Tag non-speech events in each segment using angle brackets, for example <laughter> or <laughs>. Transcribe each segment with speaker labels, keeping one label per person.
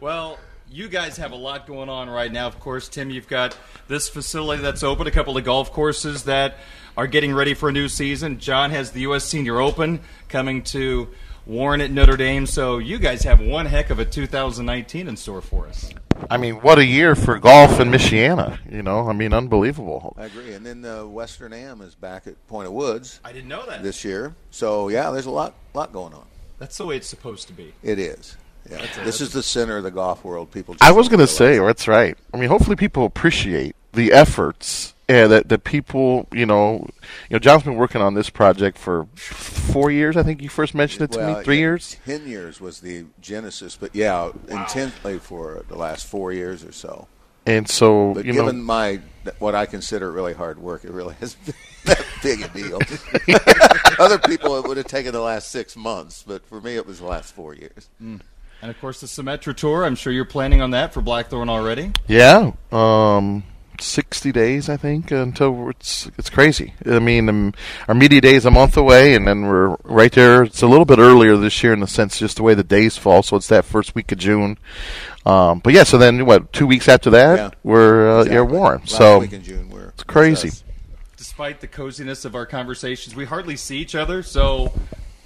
Speaker 1: Well, you guys have a lot going on right now. Of course, Tim, you've got this facility that's open, a couple of golf courses that are getting ready for a new season. John has the U.S. Senior Open coming to Warren at Notre Dame. So you guys have one heck of a 2019 in store for us.
Speaker 2: I mean, what a year for golf in Michiana. You know, I mean, unbelievable.
Speaker 3: I agree. And then uh, Western Am is back at Point of Woods
Speaker 1: I didn't know that.
Speaker 3: this year. So yeah, there's a lot lot going on.
Speaker 1: That's the way it's supposed to be.
Speaker 3: It is. Yeah. This is the center of the golf world. People.
Speaker 2: I was
Speaker 3: don't
Speaker 2: going to
Speaker 3: realize.
Speaker 2: say oh, that's right. I mean, hopefully people appreciate the efforts and that the people, you know, you know, John's been working on this project for four years. I think you first mentioned it to
Speaker 3: Well,
Speaker 2: me, three
Speaker 3: yeah,
Speaker 2: years.
Speaker 3: Ten years was the genesis, but yeah, intensely for the last four years or so.
Speaker 2: And so,
Speaker 3: But
Speaker 2: you know,
Speaker 3: given my what I consider really hard work, it really has <laughs> been that big
Speaker 2: <laughs>
Speaker 3: a deal. Other people, it would have taken the last six months, but for me, it was the last four years.
Speaker 1: And of course, the Symmetra Tour. I'm sure you're planning on that for Blackthorn already.
Speaker 2: yeah, um, sixty days I think until it's it's crazy. I mean, um, our media day is a month away, and then we're right there. It's a little bit earlier this year in the sense just the way the days fall. So it's that first week of June. Um, but yeah, so then what? Two weeks after that,
Speaker 3: Yeah.
Speaker 2: we're uh,
Speaker 3: Exactly.
Speaker 2: air warm.
Speaker 3: Last
Speaker 2: so
Speaker 3: week in June, we're
Speaker 2: It's crazy.
Speaker 3: us.
Speaker 1: Despite the coziness of our conversations, we hardly see each other. So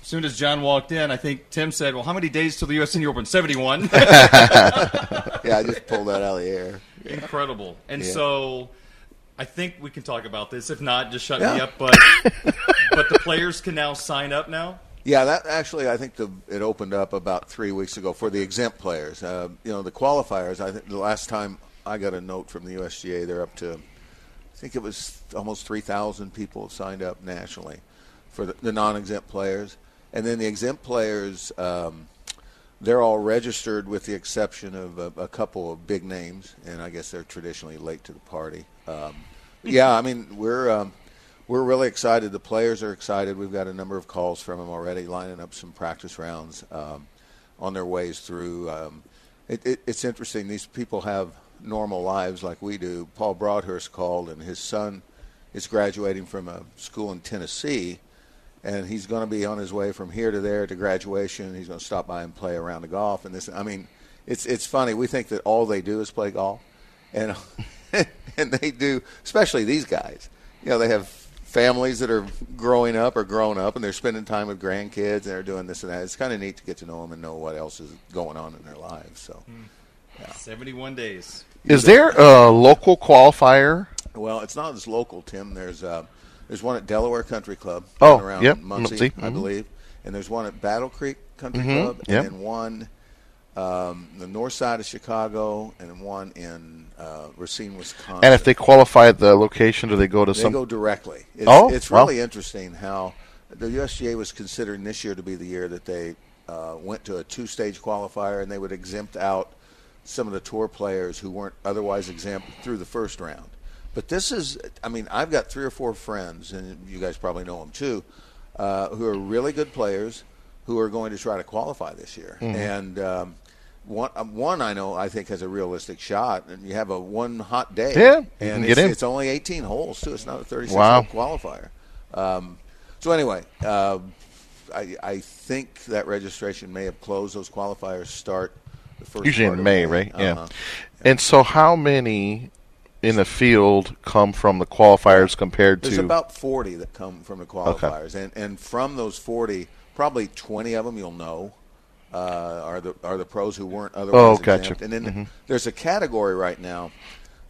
Speaker 1: as soon as John walked in, I think Tim said, Well, how many days till the U.S. Senior Open?
Speaker 2: <laughs>
Speaker 1: 71.
Speaker 3: Yeah, I just pulled that out of the air.
Speaker 1: Incredible. And
Speaker 3: Yeah.
Speaker 1: so I think we can talk about this. If not, just shut me
Speaker 3: Yeah.
Speaker 1: up. But <laughs> but the players can now sign up now.
Speaker 3: Yeah, that actually, I think the, it opened up about three weeks ago for the exempt players. Uh, you know, the qualifiers. I think the last time I got a note from the USGA, they're up to, I think it was almost three thousand people have signed up nationally for the, the non-exempt players, and then the exempt players. Um, they're all registered with the exception of a, a couple of big names, and I guess they're traditionally late to the party. Um, yeah, I mean we're um, we're really excited. The players are excited. We've got a number of calls from them already, lining up some practice rounds um, on their ways through. Um, it, it, it's interesting. These people have normal lives like we do. Paul Broadhurst called, and his son is graduating from a school in Tennessee and he's going to be on his way from here to there to graduation. He's going to stop by and play a round of golf. And this, I mean, it's it's funny. We think that all they do is play golf, and <laughs> and they do, especially these guys. You know, they have families that are growing up or grown up, and they're spending time with grandkids, and they're doing this and that. It's kind of neat to get to know them and know what else is going on in their lives. So,
Speaker 1: 71 days.
Speaker 2: Is there a local qualifier?
Speaker 3: well, it's not as local, Tim. There's uh, there's one at Delaware Country Club.
Speaker 2: Oh,
Speaker 3: down around
Speaker 2: yep,
Speaker 3: Muncie,
Speaker 2: Muncie,
Speaker 3: I
Speaker 2: mhm.
Speaker 3: believe. And there's one at Battle Creek Country Club, and
Speaker 2: Mm-hmm. yep.
Speaker 3: then one um, the north side of Chicago, and then one in uh, Racine, Wisconsin.
Speaker 2: And if they qualify at the location, do they go to
Speaker 3: They
Speaker 2: some?
Speaker 3: go directly. It's,
Speaker 2: Oh,
Speaker 3: it's
Speaker 2: well.
Speaker 3: really interesting how the USGA was considering this year to be the year that they uh, went to a two-stage qualifier, and they would exempt out some of the tour players who weren't otherwise exempt through the first round. But this is, I mean, I've got three or four friends, and you guys probably know them too, uh, who are really good players who are going to try to qualify this year,
Speaker 2: Mm-hmm.
Speaker 3: and. Um, one, um, one I know I think has a realistic shot, and you have a one hot day,
Speaker 2: Yeah, you can
Speaker 3: and
Speaker 2: get
Speaker 3: it's,
Speaker 2: in.
Speaker 3: it's only 18 holes too. It's not a 36
Speaker 2: Wow.
Speaker 3: hole qualifier. Um, so anyway, uh, I, I think that registration may have closed. Those qualifiers start the first
Speaker 2: usually
Speaker 3: part
Speaker 2: in
Speaker 3: of
Speaker 2: May, right?
Speaker 3: Uh-huh.
Speaker 2: Yeah. And so, how many in the field come from the qualifiers compared
Speaker 3: There's
Speaker 2: to?
Speaker 3: about 40 that come from the qualifiers, and and from those 40, probably 20 of them you'll know uh, are the are the pros who weren't otherwise
Speaker 2: Oh, gotcha.
Speaker 3: exempt. And then there's a category right now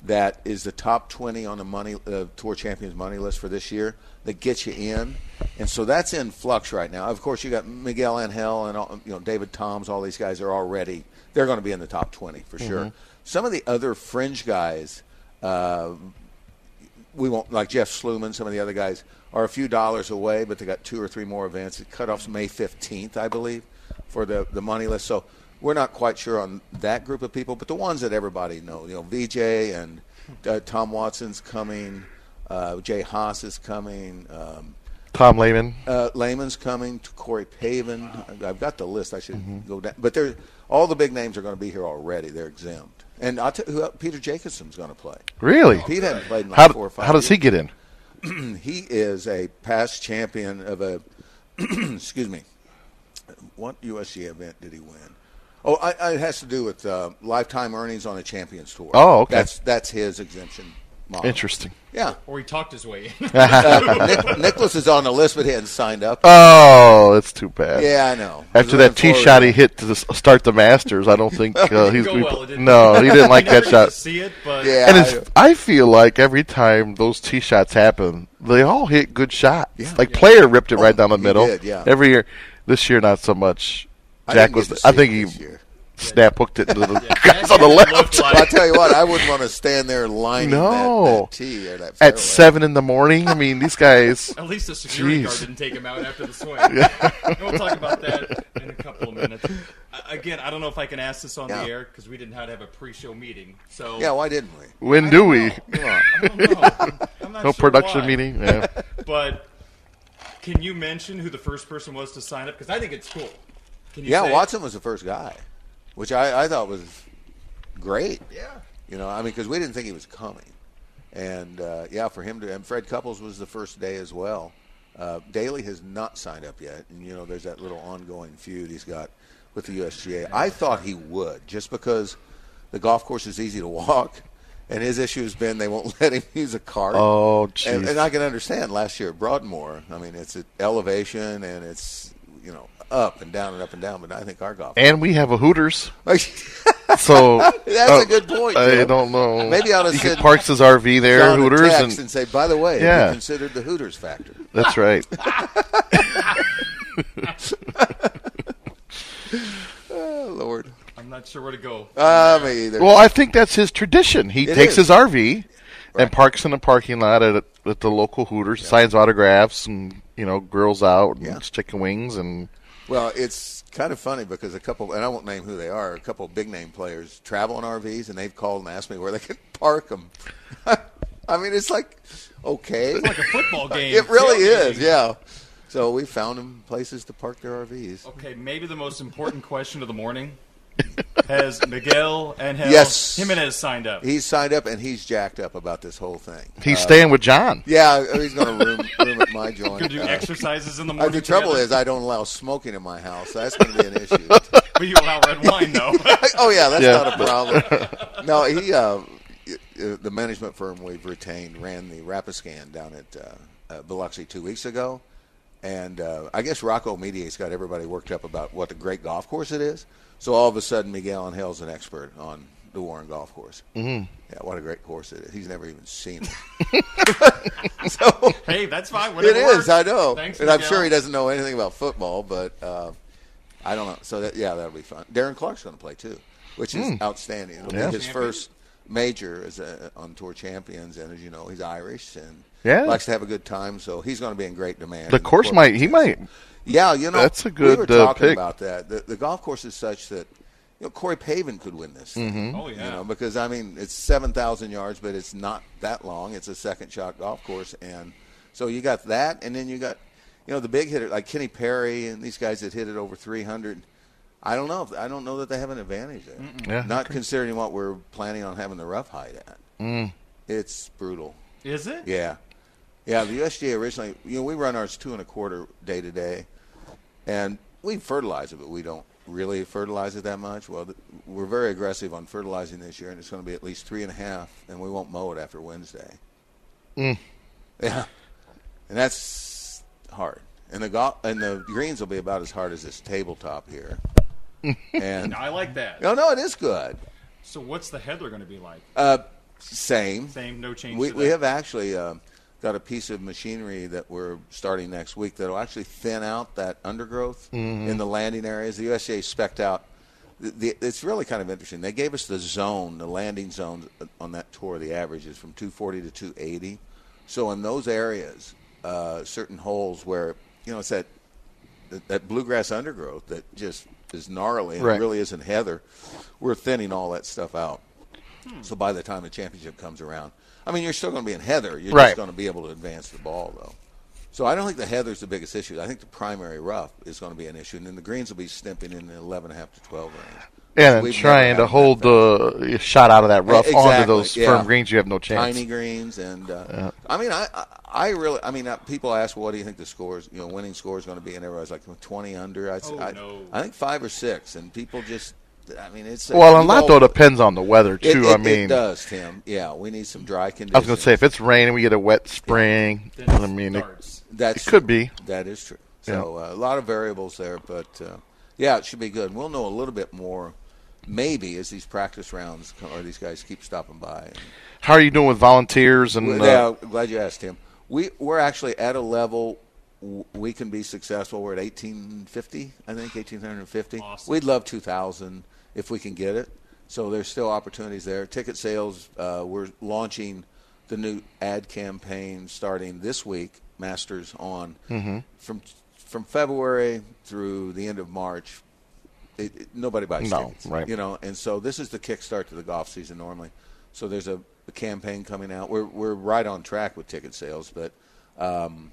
Speaker 3: that is the top 20 on the money uh, tour champions money list for this year that gets you in, and so that's in flux right now. Of course, you got Miguel Angel and all, you know David Toms. All these guys are already they're going to be in the top 20 for
Speaker 2: Mm-hmm.
Speaker 3: sure. Some of the other fringe guys. Uh, we won't like Jeff Sluman, some of the other guys are a few dollars away, but they got two or three more events. The cutoff's May fifteenth, I believe, for the the money list. So We're not quite sure on that group of people, but the ones that everybody knows, you know, VJ and uh, Tom Watson's coming, uh, Jay Haas is coming, um,
Speaker 2: Tom Lehman.
Speaker 3: uh, Lehman's coming, Corey Pavin. I've- I've got the list. I should
Speaker 2: Mm-hmm.
Speaker 3: go down, but they're all the big names are going to be here already. They're exempt, and I'll tell who else- Peter Jacobson's going to play.
Speaker 2: Really?
Speaker 3: Pete hadn't played in like
Speaker 2: How,
Speaker 3: four or five.
Speaker 2: how does he
Speaker 3: years.
Speaker 2: get in?
Speaker 3: He is a past champion of a. <clears throat> excuse me. What USC event did he win? Oh, I, I, it has to do with uh, lifetime earnings on a champions tour.
Speaker 2: Oh, okay.
Speaker 3: That's that's his exemption. Model.
Speaker 2: Interesting. <laughs>
Speaker 3: Yeah,
Speaker 1: Or he talked his way in.
Speaker 3: Nick, Nicholas is on the list, but he hadn't signed up.
Speaker 2: Oh, that's too bad.
Speaker 3: yeah, I know.
Speaker 2: After
Speaker 3: He's looking
Speaker 2: that tee
Speaker 3: forward-
Speaker 2: shot he hit to s- start the Masters, I don't think uh, he's
Speaker 1: go
Speaker 2: gonna be-
Speaker 1: well, it didn't.
Speaker 2: no, he
Speaker 1: <laughs>
Speaker 2: didn't like
Speaker 1: You never
Speaker 2: that
Speaker 1: get to
Speaker 2: shot.
Speaker 1: see it, but
Speaker 3: Yeah,
Speaker 2: And it's, I feel like every time those tee shots happen, they all hit good shots. Like player ripped it right down the
Speaker 3: he
Speaker 2: middle.
Speaker 3: did, yeah.
Speaker 2: Every year, this year not so much.
Speaker 3: I
Speaker 2: Jack
Speaker 3: didn't
Speaker 2: was.
Speaker 3: get to
Speaker 2: I
Speaker 3: see
Speaker 2: think
Speaker 3: it
Speaker 2: he
Speaker 3: this year.
Speaker 2: <laughs> snap hooked it into the guys
Speaker 1: Jack
Speaker 2: on the
Speaker 1: looked
Speaker 2: left.
Speaker 3: Well, I tell you what, I wouldn't want to stand there lining that,
Speaker 2: No.
Speaker 3: that tee or that fairway.
Speaker 2: At seven in the morning, I mean
Speaker 1: <laughs>
Speaker 2: these guys.
Speaker 1: At least the security
Speaker 2: Jeez.
Speaker 1: guard didn't take him out after the
Speaker 3: <laughs>
Speaker 1: swing. And <laughs> we'll talk about that in a couple of minutes. Uh, Again, I don't know if I can ask this on
Speaker 3: Yeah.
Speaker 1: the air because we didn't have to have a pre-show meeting. So
Speaker 3: Yeah, why didn't we?
Speaker 2: When do we?
Speaker 1: I don't know.
Speaker 3: <laughs>
Speaker 1: I'm not
Speaker 2: No
Speaker 1: sure
Speaker 2: production
Speaker 1: why.
Speaker 2: meeting. Yeah.
Speaker 1: But can you mention who the first person was to sign up? Because I think it's cool. Can you
Speaker 3: Yeah,
Speaker 1: say-
Speaker 3: Watson was the first guy, which I, I thought was great.
Speaker 1: Yeah.
Speaker 3: You know, I mean, because we didn't think he was coming, and uh, yeah, for him to and Fred Couples was the first day as well. Uh, Daly has not signed up yet, and you know, there's that little ongoing feud he's got with the USGA. I thought he would, just because the golf course is easy to walk, and his issue has been they won't <laughs> let him use a cart.
Speaker 2: Oh,
Speaker 3: and,
Speaker 2: jeez.
Speaker 3: and I can understand last year at Broadmoor. I mean, it's at elevation and it's you know up and down and up and down. But I think our golf.
Speaker 2: And we have a Hooters,
Speaker 3: <laughs> That's
Speaker 2: so uh,
Speaker 3: a good point.
Speaker 2: I
Speaker 3: Joe.
Speaker 2: don't know.
Speaker 3: Maybe I'll
Speaker 2: he
Speaker 3: just
Speaker 2: could
Speaker 3: send
Speaker 2: parks his RV there,
Speaker 3: John a
Speaker 2: Hooters,
Speaker 3: text and,
Speaker 2: and
Speaker 3: say, by the way, have you
Speaker 2: Yeah.
Speaker 3: considered the Hooters factor.
Speaker 2: that's
Speaker 3: <laughs>
Speaker 2: right.
Speaker 3: Oh, Lord,
Speaker 1: I'm not sure where to go.
Speaker 3: uh, me either.
Speaker 2: Well, I think that's his tradition. He
Speaker 3: It
Speaker 2: takes his
Speaker 3: is.
Speaker 2: RV and parks in the parking lot at, at the local Hooters, signs autographs, and you know grills out and
Speaker 3: Yeah.
Speaker 2: chicken wings and
Speaker 3: Well, it's kind of funny because a couple, and I won't name who they are, a couple big name players travel in RVs, and they've called and asked me where they can <laughs> park them. I mean, it's like
Speaker 2: <laughs>
Speaker 3: okay,
Speaker 1: Like a football game.
Speaker 3: <laughs> it really
Speaker 1: tailgating.
Speaker 3: is, yeah. So we found them places to park their RVs.
Speaker 1: Okay, maybe the most important question of the morning.
Speaker 3: <laughs>
Speaker 1: Has Miguel and Hel
Speaker 3: Yes.
Speaker 1: Jimenez signed up?
Speaker 3: He's signed up and he's jacked up about this whole thing.
Speaker 2: he's staying with John.
Speaker 3: Uh, Yeah, he's going to room, room at <laughs> my joint.
Speaker 1: Gonna do
Speaker 3: Uh,
Speaker 1: exercises in the
Speaker 3: uh,
Speaker 1: morning.
Speaker 3: the trouble
Speaker 1: together?
Speaker 3: is, I don't allow smoking in my house. So that's going to be an issue. <laughs>
Speaker 1: but you allow red wine though. <laughs>
Speaker 3: oh yeah, that's
Speaker 2: Yeah.
Speaker 3: not a problem. no, he, uh, y- uh, the management firm we've retained ran the Rapiscan down at uh, uh, Biloxi two weeks ago, and uh, I guess Rocco Media's got everybody worked up about what a great golf course it is. So all of a sudden, Miguel Angel's an expert on the Warren Golf Course. Mm-hmm. Yeah, what a great course it is. He's never even seen it.
Speaker 1: hey, that's fine.
Speaker 3: It
Speaker 1: Whatever
Speaker 3: is,
Speaker 1: works.
Speaker 3: I know.
Speaker 1: Thanks,
Speaker 3: and I'm
Speaker 1: Miguel.
Speaker 3: sure he doesn't know anything about football, but uh, I don't know. So that, yeah, that'll be fun. Darren Clark's going to play too, which is outstanding. It'll
Speaker 2: Hmm. Yeah.
Speaker 3: be his
Speaker 1: Champion.
Speaker 3: first major as a, on tour champions, and as you know, he's Irish and
Speaker 2: Yeah.
Speaker 3: likes to have a good time. So he's going to be in great demand.
Speaker 2: The
Speaker 3: in
Speaker 2: course
Speaker 3: corporate
Speaker 2: might he
Speaker 3: sense.
Speaker 2: might
Speaker 3: Yeah, you know,
Speaker 2: That's a
Speaker 3: We were
Speaker 2: good, uh,
Speaker 3: talking
Speaker 2: pick.
Speaker 3: about that. The, the golf course is such that you know Corey Pavin could win this. thing.
Speaker 2: Mm-hmm.
Speaker 1: Oh yeah.
Speaker 3: You know, because I mean, it's seven thousand yards, but it's not that long. It's a second shot golf course, and so you got that, and then you got, you know, the big hitter like Kenny Perry and these guys that hit it over three hundred. I don't know. If, I don't know that they have an advantage there.
Speaker 2: Yeah.
Speaker 3: Not considering what we're planning on having the rough height at. It's brutal.
Speaker 1: Is it?
Speaker 3: Yeah, yeah. The USDA originally, you know, we run ours two and a quarter day to day, and we fertilize it, but we don't really fertilize it that much. Well, th- we're very aggressive on fertilizing this year, and it's going to be at least three and a half, and we won't mow it after Wednesday. Yeah, and that's hard. And the golf and the greens will be about as hard as this tabletop here. and oh,
Speaker 1: I like that.
Speaker 3: no, no, it is good.
Speaker 1: So what's the heather going to be like?
Speaker 3: Uh, same.
Speaker 1: Same, no change.
Speaker 3: We,
Speaker 1: to
Speaker 3: we
Speaker 1: that.
Speaker 3: have actually um got a piece of machinery that we're starting next week that'll actually thin out that undergrowth in the landing areas. The USDA specked out. The, the, it's really kind of interesting. They gave us the zone, the landing zones uh, on that tour. The average is from 240 to 280. So in those areas, uh, certain holes where you know it's that that, that bluegrass undergrowth that just is gnarly, and
Speaker 2: Right.
Speaker 3: it really isn't heather. We're thinning all that stuff out. So by the time the championship comes around, I mean, you're still going to be in heather. You're
Speaker 2: Right.
Speaker 3: just going to be able to advance the ball, though. So I don't think the heather's the biggest issue. I think the primary rough is going to be an issue, and then the greens will be snipping in the 11.5 to 12 range.
Speaker 2: And
Speaker 3: We've never
Speaker 2: trying
Speaker 3: had
Speaker 2: to
Speaker 3: that
Speaker 2: hold
Speaker 3: thing.
Speaker 2: the shot out of that rough
Speaker 3: Exactly,
Speaker 2: onto those
Speaker 3: yeah.
Speaker 2: firm greens, you have no chance.
Speaker 3: Tiny greens, and uh, I mean, I, I I really, I mean, uh, people ask, what do you think the scores, you know, winning score is going to be? And everybody's like twenty under. I,
Speaker 1: Oh,
Speaker 3: I,
Speaker 1: no.
Speaker 3: I think five or six, and people just, I mean, it's
Speaker 2: well, a
Speaker 3: you
Speaker 2: lot
Speaker 3: know,
Speaker 2: though depends on the weather
Speaker 3: it-
Speaker 2: too.
Speaker 3: it-
Speaker 2: I mean,
Speaker 3: it does, Tim. Yeah, we need some dry conditions.
Speaker 2: I was going to say if it's raining, we get a wet spring.
Speaker 1: Then
Speaker 2: I mean, it,
Speaker 1: starts. <laughs>
Speaker 3: That's
Speaker 2: it could
Speaker 3: true.
Speaker 2: be.
Speaker 3: That is true. So uh, a lot of variables there, but uh, yeah, it should be good. We'll know a little bit more, maybe, as these practice rounds come, or these guys keep stopping by. And,
Speaker 2: how are you doing with volunteers and
Speaker 3: Well,
Speaker 2: uh,
Speaker 3: yeah, I'm glad you asked him. We we're actually at a level w- we can be successful. We're at 1850, I think 1850.
Speaker 1: Awesome.
Speaker 3: We'd love 2000 if we can get it. So there's still opportunities there. Ticket sales. Uh, we're launching the new ad campaign starting this week. Masters on from from February through the end of March. It, it- nobody buys
Speaker 2: No,
Speaker 3: tickets,
Speaker 2: right.
Speaker 3: You know, and so this is the kickstart to the golf season normally. So there's a, a campaign coming out. We're we're right on track with ticket sales, but um,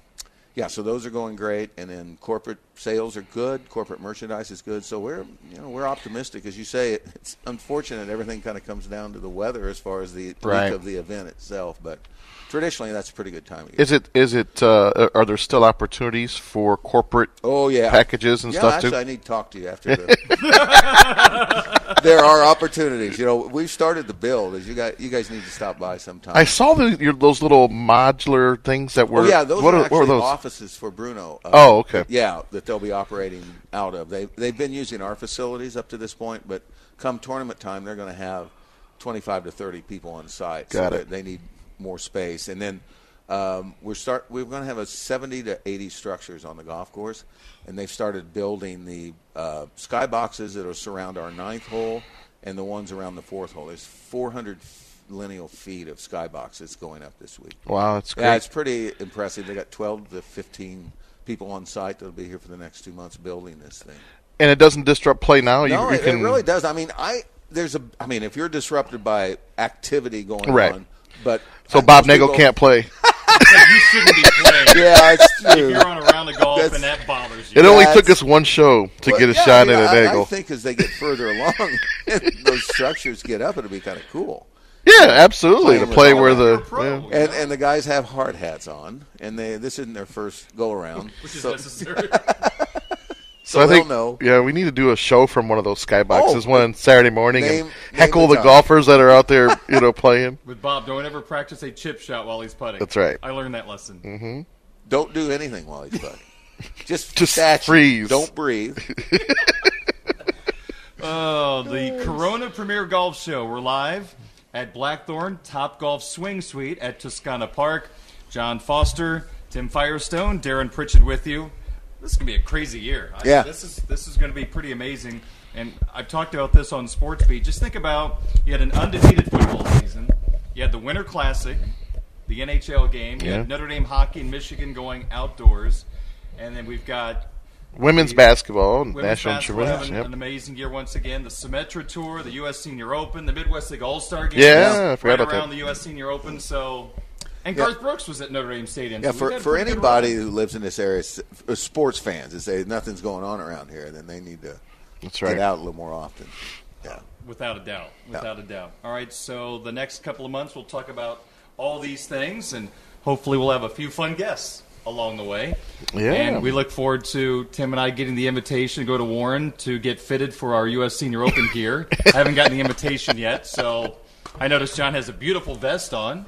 Speaker 3: yeah, so those are going great. And then corporate sales are good. Corporate merchandise is good. So we're you know we're optimistic, as you say. <laughs> It's unfortunate everything kind of comes down to the weather as far as the
Speaker 2: Right.
Speaker 3: week of the event itself, but traditionally that's a pretty good time. Of year.
Speaker 2: Is it is it uh, are there still opportunities for corporate
Speaker 3: Oh yeah,
Speaker 2: packages and
Speaker 3: yeah,
Speaker 2: stuff
Speaker 3: actually,
Speaker 2: too?
Speaker 3: I need to talk to you after the. <laughs> there are opportunities. You know, we've started the build. As you guys, you guys need to stop by sometime.
Speaker 2: I saw the, your, those little modular things that were.
Speaker 3: oh yeah, those
Speaker 2: what
Speaker 3: are
Speaker 2: are, what
Speaker 3: actually
Speaker 2: were those?
Speaker 3: offices for Bruno. Uh,
Speaker 2: Oh, okay.
Speaker 3: Yeah, that they'll be operating out of. They they've been using our facilities up to this point, but come tournament time, they're going to have twenty five to thirty people on site.
Speaker 2: Got
Speaker 3: so
Speaker 2: it.
Speaker 3: They, they need more space, and then. Um, we're start. We're going to have a 70 to 80 structures on the golf course, and they've started building the uh, sky boxes that will surround our ninth hole and the ones around the fourth hole. There's 400 lineal feet of sky boxes going up this week.
Speaker 2: Wow, that's great.
Speaker 3: Yeah, it's pretty impressive. They got 12 to 15 people on site that'll be here for the next two months building this thing.
Speaker 2: and it doesn't disrupt play now. You,
Speaker 3: no,
Speaker 2: you
Speaker 3: it,
Speaker 2: can
Speaker 3: it really does. I mean, I there's a. I mean, if you're disrupted by activity going
Speaker 2: Right.
Speaker 3: on, but
Speaker 2: so
Speaker 3: I-
Speaker 2: Bob
Speaker 3: most
Speaker 2: Nagel
Speaker 3: people- <laughs>
Speaker 2: can't play.
Speaker 1: you shouldn't be playing.
Speaker 2: <laughs>
Speaker 3: Yeah, it's true.
Speaker 1: If you're on a round of golf
Speaker 3: That's-
Speaker 1: and that bothers you.
Speaker 2: It only took us
Speaker 3: That's-
Speaker 2: one show to get a
Speaker 3: Yeah,
Speaker 2: shot
Speaker 3: I mean,
Speaker 2: at an
Speaker 3: I- I
Speaker 2: angle.
Speaker 3: think as they get further <laughs> along, those structures get up. It'll be kind of cool.
Speaker 2: Yeah, absolutely. To
Speaker 3: Playing
Speaker 2: play
Speaker 3: with
Speaker 2: where
Speaker 3: all
Speaker 2: the
Speaker 1: pro,
Speaker 2: yeah.
Speaker 1: you
Speaker 3: And
Speaker 1: know,
Speaker 3: and the guys have hard hats on, and they this isn't their first go around.
Speaker 1: which is
Speaker 3: So- <laughs>
Speaker 1: necessary.
Speaker 2: So I
Speaker 3: they'll
Speaker 2: think
Speaker 3: know.
Speaker 2: yeah, we need to do a show from one of those skyboxes
Speaker 3: Oh,
Speaker 2: one Saturday morning
Speaker 3: name-
Speaker 2: and
Speaker 3: name
Speaker 2: heckle
Speaker 3: the
Speaker 2: the
Speaker 3: time.
Speaker 2: golfers that are out
Speaker 3: <laughs>
Speaker 2: there, you know, playing.
Speaker 1: With Bob, don't ever practice a chip shot while he's putting.
Speaker 2: That's right.
Speaker 1: I learned that lesson.
Speaker 3: Don't do anything while he's
Speaker 2: <laughs>
Speaker 3: putting. Just,
Speaker 2: Just
Speaker 3: statue.
Speaker 2: freeze.
Speaker 3: Don't breathe.
Speaker 1: Oh, the Corona Premier Golf Show. We're live at Blackthorn Top Golf Swing Suite at Tuscana Park. John Foster, Tim Firestone, Darren Pritchett with you. This is gonna be a crazy year. I-
Speaker 3: Yeah.
Speaker 1: this is this is gonna be pretty amazing. And I've talked about this on Sports Beat. Just think about you had an undefeated football season. You had the Winter Classic, the NHL game. You
Speaker 2: Yeah.
Speaker 1: had Notre Dame hockey and Michigan going outdoors, and then we've got
Speaker 2: Women's basketball, and
Speaker 1: Women's
Speaker 2: national
Speaker 1: basketball
Speaker 2: champions.
Speaker 1: having
Speaker 2: Yep.
Speaker 1: an amazing year once again. The Symetra Tour, the U.S. Senior Open, the Midwest League All Star Game.
Speaker 2: Yeah,
Speaker 1: is
Speaker 2: I forgot
Speaker 1: right
Speaker 2: about
Speaker 1: around
Speaker 2: that.
Speaker 1: the U.S. Senior Open. So, and Garth Brooks was at Notre Dame Stadium. so
Speaker 3: Yeah,
Speaker 1: we've got
Speaker 3: for,
Speaker 1: a
Speaker 3: for
Speaker 1: pretty good
Speaker 3: anybody
Speaker 1: run.
Speaker 3: who lives in this area, s- for sports fans, and say nothing's going on around here, then they need to
Speaker 2: That's
Speaker 3: get
Speaker 2: right.
Speaker 3: out a little more often. Yeah.
Speaker 1: without a doubt, without a doubt. All right, so the next couple of months we'll talk about all these things, and hopefully we'll have a few fun guests along the way.
Speaker 2: Yeah.
Speaker 1: and we look forward to Tim and I getting the invitation to go to Warren to get fitted for our U.S. Senior Open
Speaker 2: <laughs>
Speaker 1: gear. I haven't gotten the invitation yet, so I noticed John has a beautiful vest on.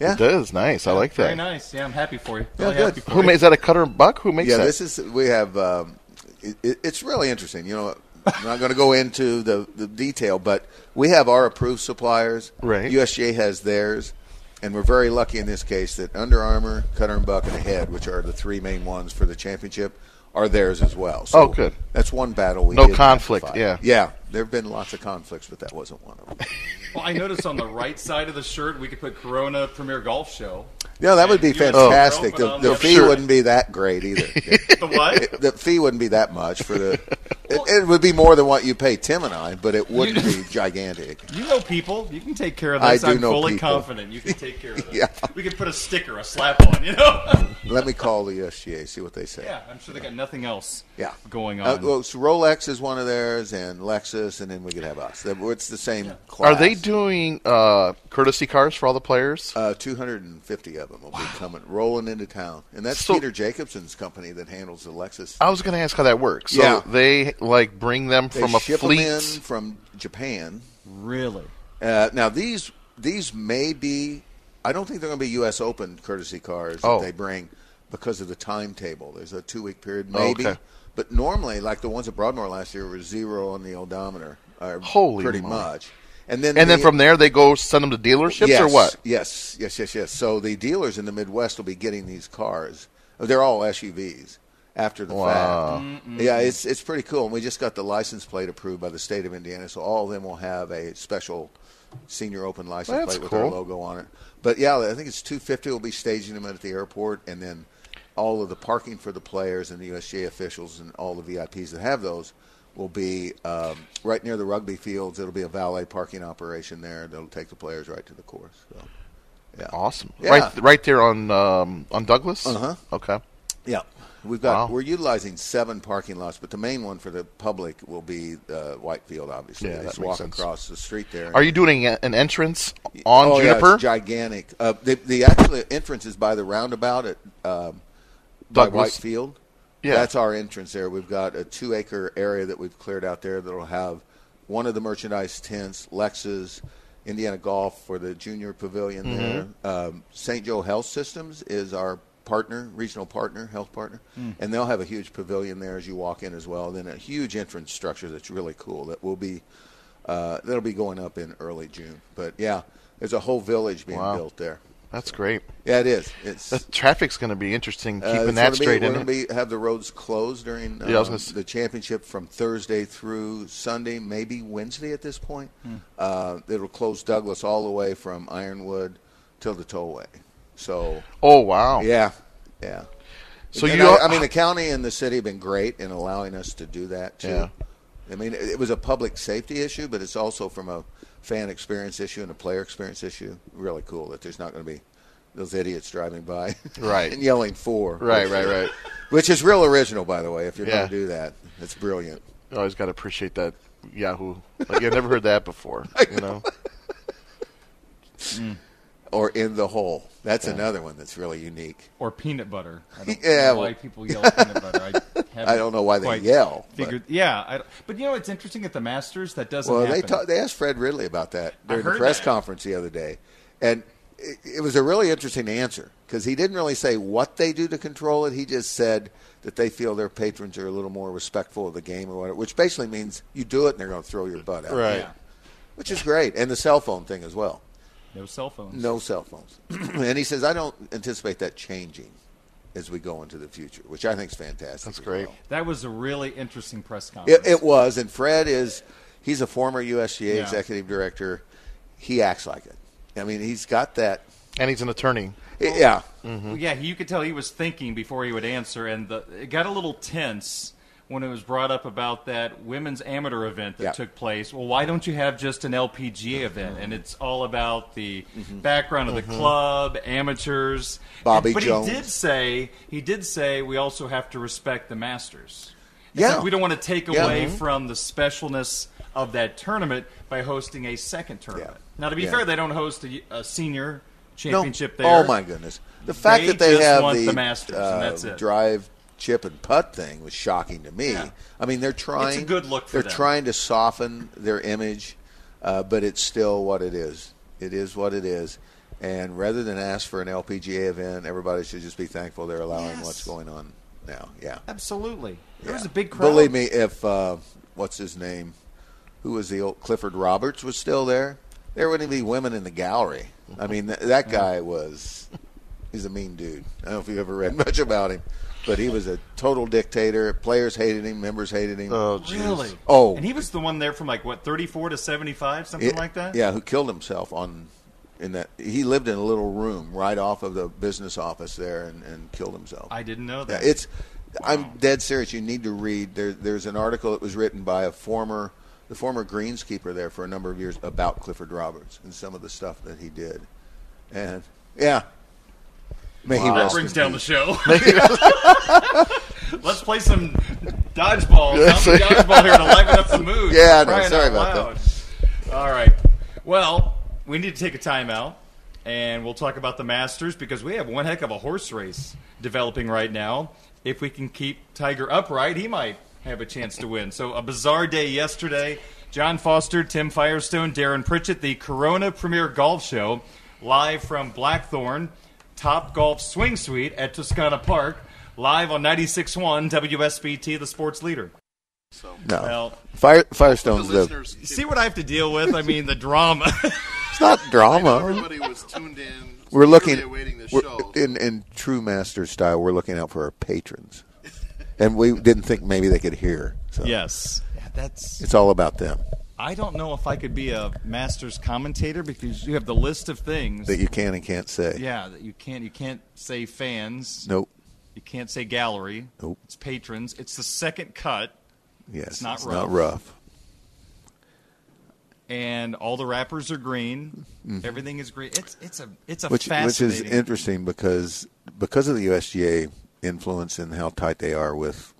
Speaker 3: Yeah.
Speaker 2: It does nice. I like
Speaker 1: Very
Speaker 2: that.
Speaker 1: nice. Yeah, I'm happy for you.
Speaker 3: Yeah,
Speaker 1: Really
Speaker 3: good.
Speaker 1: happy for
Speaker 2: Who
Speaker 1: you.
Speaker 2: makes that? A cutter and buck? Who makes
Speaker 3: Yeah,
Speaker 2: that?
Speaker 3: this is, we have, um, it, it, it's really interesting. You know, I'm not going to go into the, the detail, but we have our approved suppliers.
Speaker 2: Right.
Speaker 3: USGA has theirs. And we're very lucky in this case that Under Armour, Cutter and Buck, and Head, which are the three main ones for the championship, are theirs as well. So
Speaker 2: Oh, good.
Speaker 3: That's one battle we
Speaker 2: No
Speaker 3: did
Speaker 2: conflict,
Speaker 3: have to
Speaker 2: yeah.
Speaker 3: fight. yeah. There have been lots of conflicts, but that wasn't one of them.
Speaker 1: Well, I noticed on the right side of the shirt we could put Corona Premier Golf
Speaker 2: <laughs>
Speaker 1: Show.
Speaker 3: Yeah, that would be
Speaker 1: You would
Speaker 3: fantastic.
Speaker 1: throw it
Speaker 3: The,
Speaker 1: on
Speaker 3: the
Speaker 1: the
Speaker 3: fee
Speaker 1: shirt. <laughs>
Speaker 3: wouldn't be that great either.
Speaker 1: The what?
Speaker 3: the fee wouldn't be that much for the. It, it would be more than what you pay Tim and I, but it
Speaker 1: <laughs>
Speaker 3: wouldn't be gigantic.
Speaker 1: You know people. You can take care of
Speaker 3: I
Speaker 1: this.
Speaker 3: do
Speaker 1: am
Speaker 3: know
Speaker 1: fully
Speaker 3: people.
Speaker 1: confident you can take
Speaker 3: <laughs>
Speaker 1: care of this.
Speaker 3: Yeah.
Speaker 1: We could put a sticker, a slap on, you know? <laughs>
Speaker 3: Let me call the USGA, see what they say.
Speaker 1: yeah, I'm sure they got nothing else
Speaker 3: Yeah.
Speaker 1: going on.
Speaker 3: Uh, well, so Rolex is one of theirs, and Lexus, and then we could have us. That- It's the same class.
Speaker 2: Are they doing uh, courtesy cars for all the players?
Speaker 3: Uh, 250 of them will be coming, rolling into town. And that's
Speaker 2: So-
Speaker 3: Peter Jacobson's company that handles the Lexus.
Speaker 2: I was going to ask how that works. So
Speaker 3: Yeah.
Speaker 2: they like bring them
Speaker 3: They
Speaker 2: from a
Speaker 3: ship
Speaker 2: fleet.
Speaker 3: them in from Japan.
Speaker 1: really?
Speaker 3: Uh, now these these may be. I don't think they're going to be U.S. Open courtesy cars
Speaker 2: Oh.
Speaker 3: that they bring because of the timetable. There's a two week period, maybe.
Speaker 2: Oh, Okay.
Speaker 3: But normally, like the ones at Broadmoor last year, were zero on the odometer, or
Speaker 2: Holy
Speaker 3: pretty
Speaker 2: moly.
Speaker 3: much. And then
Speaker 2: and then
Speaker 3: the-
Speaker 2: from there they go send them to dealerships
Speaker 3: yes,
Speaker 2: or what?
Speaker 3: Yes, yes, yes, yes. So the dealers in the Midwest will be getting these cars. They're all SUVs after the
Speaker 2: Wow.
Speaker 3: fact. Yeah, it's it's pretty cool. And we just got the license plate approved by the state of Indiana, so all of them will have a special senior open license
Speaker 2: That's
Speaker 3: plate with
Speaker 2: cool.
Speaker 3: our logo on it. But yeah, I think it's 250. We'll be staging them at the airport, and then all of the parking for the players and the USGA officials and all the VIPs that have those will be um, right near the rugby fields. It'll be a valet parking operation there. They'll take the players right to the course. So. Yeah.
Speaker 2: Awesome.
Speaker 3: Yeah.
Speaker 2: Right, right there on um, on Douglas.
Speaker 3: Uh-huh.
Speaker 2: Okay.
Speaker 3: Yeah, we've got
Speaker 2: Wow.
Speaker 3: we're utilizing seven parking lots, but the main one for the public will be uh, Whitefield. Obviously,
Speaker 2: Yeah,
Speaker 3: They
Speaker 2: that
Speaker 3: just
Speaker 2: makes
Speaker 3: walk
Speaker 2: sense.
Speaker 3: across the street there.
Speaker 2: Are you doing a- an entrance on
Speaker 3: oh, yeah, it's
Speaker 2: Juniper?
Speaker 3: gigantic. Uh, the the actual entrance is by the roundabout at um, by
Speaker 2: Douglas.
Speaker 3: Whitefield.
Speaker 2: Yeah.
Speaker 3: that's our entrance there. We've got a two acre area that we've cleared out there that'll have one of the merchandise tents, Lexus, Indiana Golf for the junior pavilion
Speaker 2: Mm-hmm.
Speaker 3: there. Um, St. Joe Health Systems is our partner, regional partner, health partner,
Speaker 2: Hmm.
Speaker 3: and they'll have a huge pavilion there as you walk in as well. Then a huge entrance structure that's really cool that will be uh, that'll be going up in early June. But yeah, there's a whole village being
Speaker 2: Wow.
Speaker 3: built there.
Speaker 2: That's great.
Speaker 3: Yeah, it is.
Speaker 2: <laughs>
Speaker 3: It's
Speaker 2: The traffic's going to be interesting.
Speaker 3: uh,
Speaker 2: Keeping
Speaker 3: it's
Speaker 2: that
Speaker 3: gonna
Speaker 2: straight
Speaker 3: be,
Speaker 2: in.
Speaker 3: We're
Speaker 2: it.
Speaker 3: going to have the roads closed during uh,
Speaker 2: Yeah, I was gonna s-
Speaker 3: the championship from Thursday through Sunday, maybe Wednesday at this point. Uh, it'll close Douglas all the way from Ironwood till the tollway. So
Speaker 2: Oh wow.
Speaker 3: yeah, yeah.
Speaker 2: So
Speaker 3: And
Speaker 2: you.
Speaker 3: I, I
Speaker 2: <laughs>
Speaker 3: mean, the county and the city have been great in allowing us to do that too.
Speaker 2: Yeah.
Speaker 3: I mean, it it was a public safety issue, but it's also from a fan experience issue and a player experience issue. Really cool that there's not going to be those idiots driving by
Speaker 2: Right.
Speaker 3: <laughs> and yelling for
Speaker 2: right,
Speaker 3: <laughs>
Speaker 2: right, right.
Speaker 3: which is real original, by the way. If you're
Speaker 2: Yeah.
Speaker 3: going to do that, it's brilliant.
Speaker 2: You always got to appreciate that Yahoo. Like I've never heard that
Speaker 3: <laughs>
Speaker 2: before. You know.
Speaker 3: Or in the hole. That's another one that's really unique.
Speaker 1: Or peanut butter. I don't
Speaker 3: Yeah,
Speaker 1: know why
Speaker 3: well-
Speaker 1: people yell peanut butter.
Speaker 3: <laughs>
Speaker 1: I,
Speaker 3: I don't know why they
Speaker 1: quite
Speaker 3: yell, but-
Speaker 1: Figured, yeah, I, don't- but you know it's interesting at the Masters that doesn't
Speaker 3: Well,
Speaker 1: happen.
Speaker 3: they ta- they asked Fred Ridley about that during the
Speaker 1: heard
Speaker 3: press
Speaker 1: that.
Speaker 3: conference the other day, and it, it was a really interesting answer because he didn't really say what they do to control it. He just said that they feel their patrons are a little more respectful of the game or whatever, which basically means you do it and they're going to throw your butt out,
Speaker 2: Right.
Speaker 1: Yeah.
Speaker 3: Which is great, and the cell phone thing as well.
Speaker 1: No cell phones.
Speaker 3: No cell phones. <clears throat> and he says, I don't anticipate that changing as we go into the future, which I think is fantastic.
Speaker 2: That's
Speaker 3: as
Speaker 2: great.
Speaker 3: well.
Speaker 1: That was a really interesting press conference.
Speaker 3: It, it was. And Fred is, he's a former USGA
Speaker 1: Yeah.
Speaker 3: executive director. He acts like it. I mean, he's got that.
Speaker 2: And he's an attorney.
Speaker 3: Yeah.
Speaker 1: Well,
Speaker 3: Mm-hmm.
Speaker 1: yeah, you could tell he was thinking before he would answer, and the, it got a little tense when it was brought up about that women's amateur event that
Speaker 3: Yeah. Mm-hmm.
Speaker 1: took place. Well, why don't you have just an LPGA event? And it's all about the background of the club, amateurs.
Speaker 3: Bobby
Speaker 1: but
Speaker 3: Jones.
Speaker 1: he did say he did say we also have to respect the Masters. It's
Speaker 3: Yeah.
Speaker 1: like we don't want to take
Speaker 3: Yeah.
Speaker 1: away
Speaker 3: Mhm.
Speaker 1: from the specialness of that tournament by hosting a second tournament. Now, to be
Speaker 3: Yeah.
Speaker 1: fair, they don't host a, a senior
Speaker 3: No.
Speaker 1: championship there.
Speaker 3: Oh, my goodness. The fact
Speaker 1: They
Speaker 3: that they
Speaker 1: just
Speaker 3: have
Speaker 1: want
Speaker 3: the,
Speaker 1: the Masters, and
Speaker 3: uh,
Speaker 1: that's it.
Speaker 3: drive, chip, and putt thing was shocking to me.
Speaker 1: Yeah.
Speaker 3: I mean, they're trying.
Speaker 1: good look for
Speaker 3: They're
Speaker 1: them.
Speaker 3: trying to soften their image, uh, but it's still what it is. It is what it is. And rather than ask for an LPGA event, everybody should just be thankful they're allowing
Speaker 1: Yes.
Speaker 3: what's going on now. Yeah.
Speaker 1: Absolutely. There was
Speaker 3: Yeah.
Speaker 1: a big crowd.
Speaker 3: Believe me, if uh, what's his name, who was the old Clifford Roberts was still there, there wouldn't be women in the gallery. I mean, th-
Speaker 1: <laughs>
Speaker 3: that guy was he's a mean dude. I don't know if you ever read <laughs> much about him, but he was a total dictator. Players hated him, members hated him.
Speaker 2: Oh, geez.
Speaker 1: Really?
Speaker 3: Oh.
Speaker 1: And he was the one there from like, what, 34 to 75, something
Speaker 3: Yeah,
Speaker 1: like that?
Speaker 3: Yeah, who killed himself on in that he lived in a little room right off of the business office there and, and killed himself.
Speaker 1: I didn't know
Speaker 3: Yeah,
Speaker 1: that.
Speaker 3: it's I'm dead serious. You need to read. There, there's an article that was written by a former, the former greenskeeper there for a number of years about Clifford Roberts and some of the stuff that he did. And yeah, may he
Speaker 1: That
Speaker 3: rest
Speaker 1: brings
Speaker 3: in
Speaker 1: down the
Speaker 3: peace. <laughs>
Speaker 1: show. Let's play some dodgeball, zombie dodgeball here to liven up the mood.
Speaker 3: Yeah, I know.
Speaker 1: Crying
Speaker 3: Sorry
Speaker 1: out
Speaker 3: about
Speaker 1: loud. All right. Well, we need to take a timeout, and we'll talk about the Masters because we have one heck of a horse race developing right now. If we can keep Tiger upright, he might have a chance to win. So a bizarre day yesterday. John Foster, Tim Firestone, Darren Pritchett, the Corona Premier Golf Show, live from Blackthorn. Top Golf Swing Suite at Tuscana Park, live on 96.1 WSBT, the sports leader.
Speaker 3: No,
Speaker 1: Well,
Speaker 3: Fire, Firestone's
Speaker 4: the
Speaker 3: the.
Speaker 4: listeners,
Speaker 1: you see what I have to deal with? I mean, the <laughs> drama.
Speaker 3: It's not drama.
Speaker 4: everybody was tuned in.
Speaker 3: <laughs> We're looking
Speaker 4: eagerly awaiting this
Speaker 3: we're-
Speaker 4: show.
Speaker 3: in in true master style. We're looking out for our patrons, and we didn't think maybe they could hear. So
Speaker 1: yes. That's.
Speaker 3: it's all about them
Speaker 1: I don't know if I could be a Masters commentator because you have the list of things.
Speaker 3: that you can and can't say.
Speaker 1: yeah, that you can't. You can't say fans.
Speaker 3: Nope.
Speaker 1: You can't say gallery.
Speaker 3: Nope.
Speaker 1: It's patrons. It's the second cut,
Speaker 3: Yes.
Speaker 1: It's not
Speaker 3: it's
Speaker 1: rough.
Speaker 3: not rough.
Speaker 1: and all the wrappers are green. Everything is green. It's it's a it's a
Speaker 3: Mm-hmm. which which is
Speaker 1: fascinating.
Speaker 3: interesting because because of the USGA influence and how tight they are with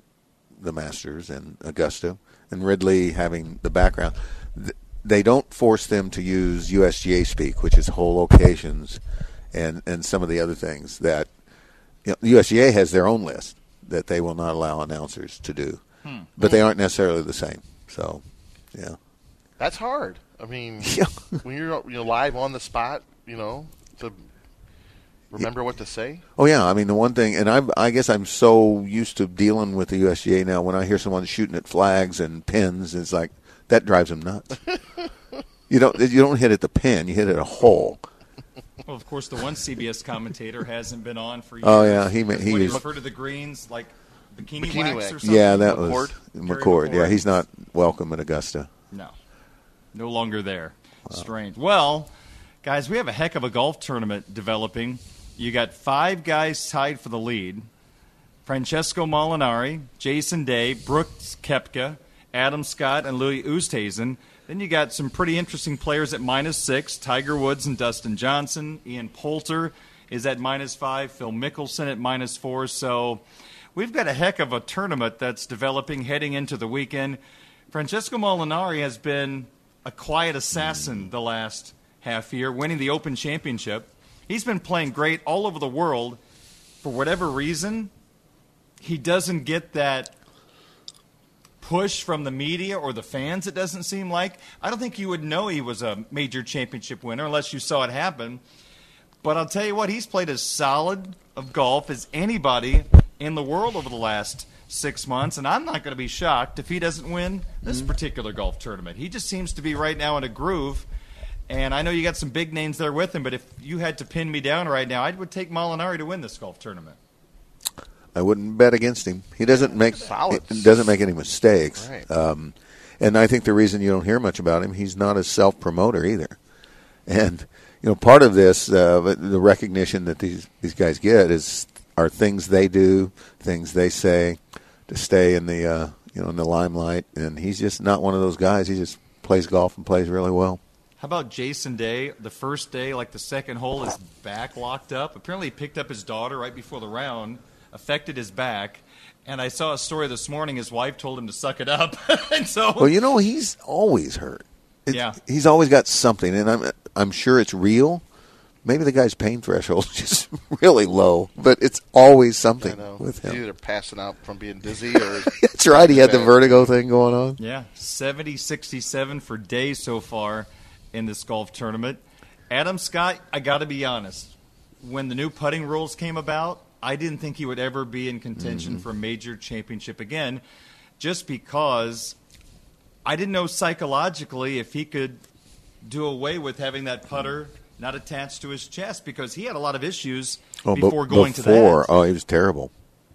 Speaker 3: the Masters and Augusta and Ridley having the background, th- they don't force them to use USGA speak, which is whole locations and and some of the other things that you know, the USGA has their own list that they will not allow announcers to do,
Speaker 1: Hmm.
Speaker 3: but they aren't necessarily the same. So, yeah.
Speaker 2: That's hard. I mean,
Speaker 3: <laughs> Yeah.
Speaker 2: when you're you know, live on the spot, you know, to remember what to say.
Speaker 3: Oh yeah, I mean the one thing, and I I guess I'm so used to dealing with the USGA now. When I hear someone shooting at flags and pins, it's like that drives them nuts. you don't you don't hit at the pin, you hit at a hole.
Speaker 1: Well, of course, the one CBS commentator hasn't been on for years.
Speaker 3: <laughs> Oh, yeah, he ma- he
Speaker 1: when he
Speaker 3: is-
Speaker 1: referred to the greens like bikini,
Speaker 2: Bikini
Speaker 1: wax,
Speaker 2: wax.
Speaker 1: or something.
Speaker 3: Yeah, that
Speaker 2: McCord?
Speaker 3: was
Speaker 1: Gary
Speaker 3: McCord. Yeah,
Speaker 1: McCord.
Speaker 3: he's not welcome at Augusta.
Speaker 1: no, no longer there. Strange. Well, guys, we have a heck of a golf tournament developing. You got five guys tied for the lead: Francesco Molinari, Jason Day, Brooks Kepka, Adam Scott, and Louis Oosthuizen. Then you got some pretty interesting players at minus six: Tiger Woods and Dustin Johnson. Ian Poulter is at minus five. Phil Mickelson at minus four. So we've got a heck of a tournament that's developing heading into the weekend. Francesco Molinari has been a quiet assassin the last half year, winning the Open Championship. He's been playing great all over the world. For whatever reason, he doesn't get that push from the media or the fans, it doesn't seem like. I don't think you would know he was a major championship winner unless you saw it happen. But I'll tell you what, he's played as solid of golf as anybody in the world over the last six months, and I'm not going to be shocked if he doesn't win this particular golf tournament. He just seems to be right now in a groove. And I know you got some big names there with him, but if you had to pin me down right now, I would take Molinari to win this golf tournament.
Speaker 3: I wouldn't bet against him. He doesn't make
Speaker 2: Solid.
Speaker 3: he doesn't make any mistakes.
Speaker 2: Right.
Speaker 3: Um, and I think the reason you don't hear much about him, he's not a self promoter either. And you know, part of this, uh, the recognition that these these guys get is are things they do, things they say, to stay in the uh, you know in the limelight. And he's just not one of those guys. He just plays golf and plays really well.
Speaker 1: How about Jason Day? The first day, like the second hole, his back locked up. Apparently, he picked up his daughter right before the round, affected his back. And I saw a story this morning. His wife told him to suck it up, <laughs> and so
Speaker 3: Well, you know, he's always hurt. It's-
Speaker 1: Yeah.
Speaker 3: he's always got something, and I'm I'm sure it's real. Maybe the guy's pain threshold is <laughs> just really low, but it's always
Speaker 2: I
Speaker 3: something
Speaker 2: know.
Speaker 3: with
Speaker 2: He's
Speaker 3: him.
Speaker 2: either passing out from being dizzy or
Speaker 3: <laughs> That's right. He had the
Speaker 2: Bad.
Speaker 3: vertigo thing going on.
Speaker 1: yeah, 70-67 for Day so far in this golf tournament. Adam Scott, I got to be honest. When the new putting rules came about, I didn't think he would ever be in contention
Speaker 3: Mm-hmm.
Speaker 1: for a major championship again, just because I didn't know psychologically if he could do away with having that putter not attached to his chest because he had a lot of issues
Speaker 3: Oh, but
Speaker 1: before going to
Speaker 3: before,
Speaker 1: that.
Speaker 3: oh, he was terrible.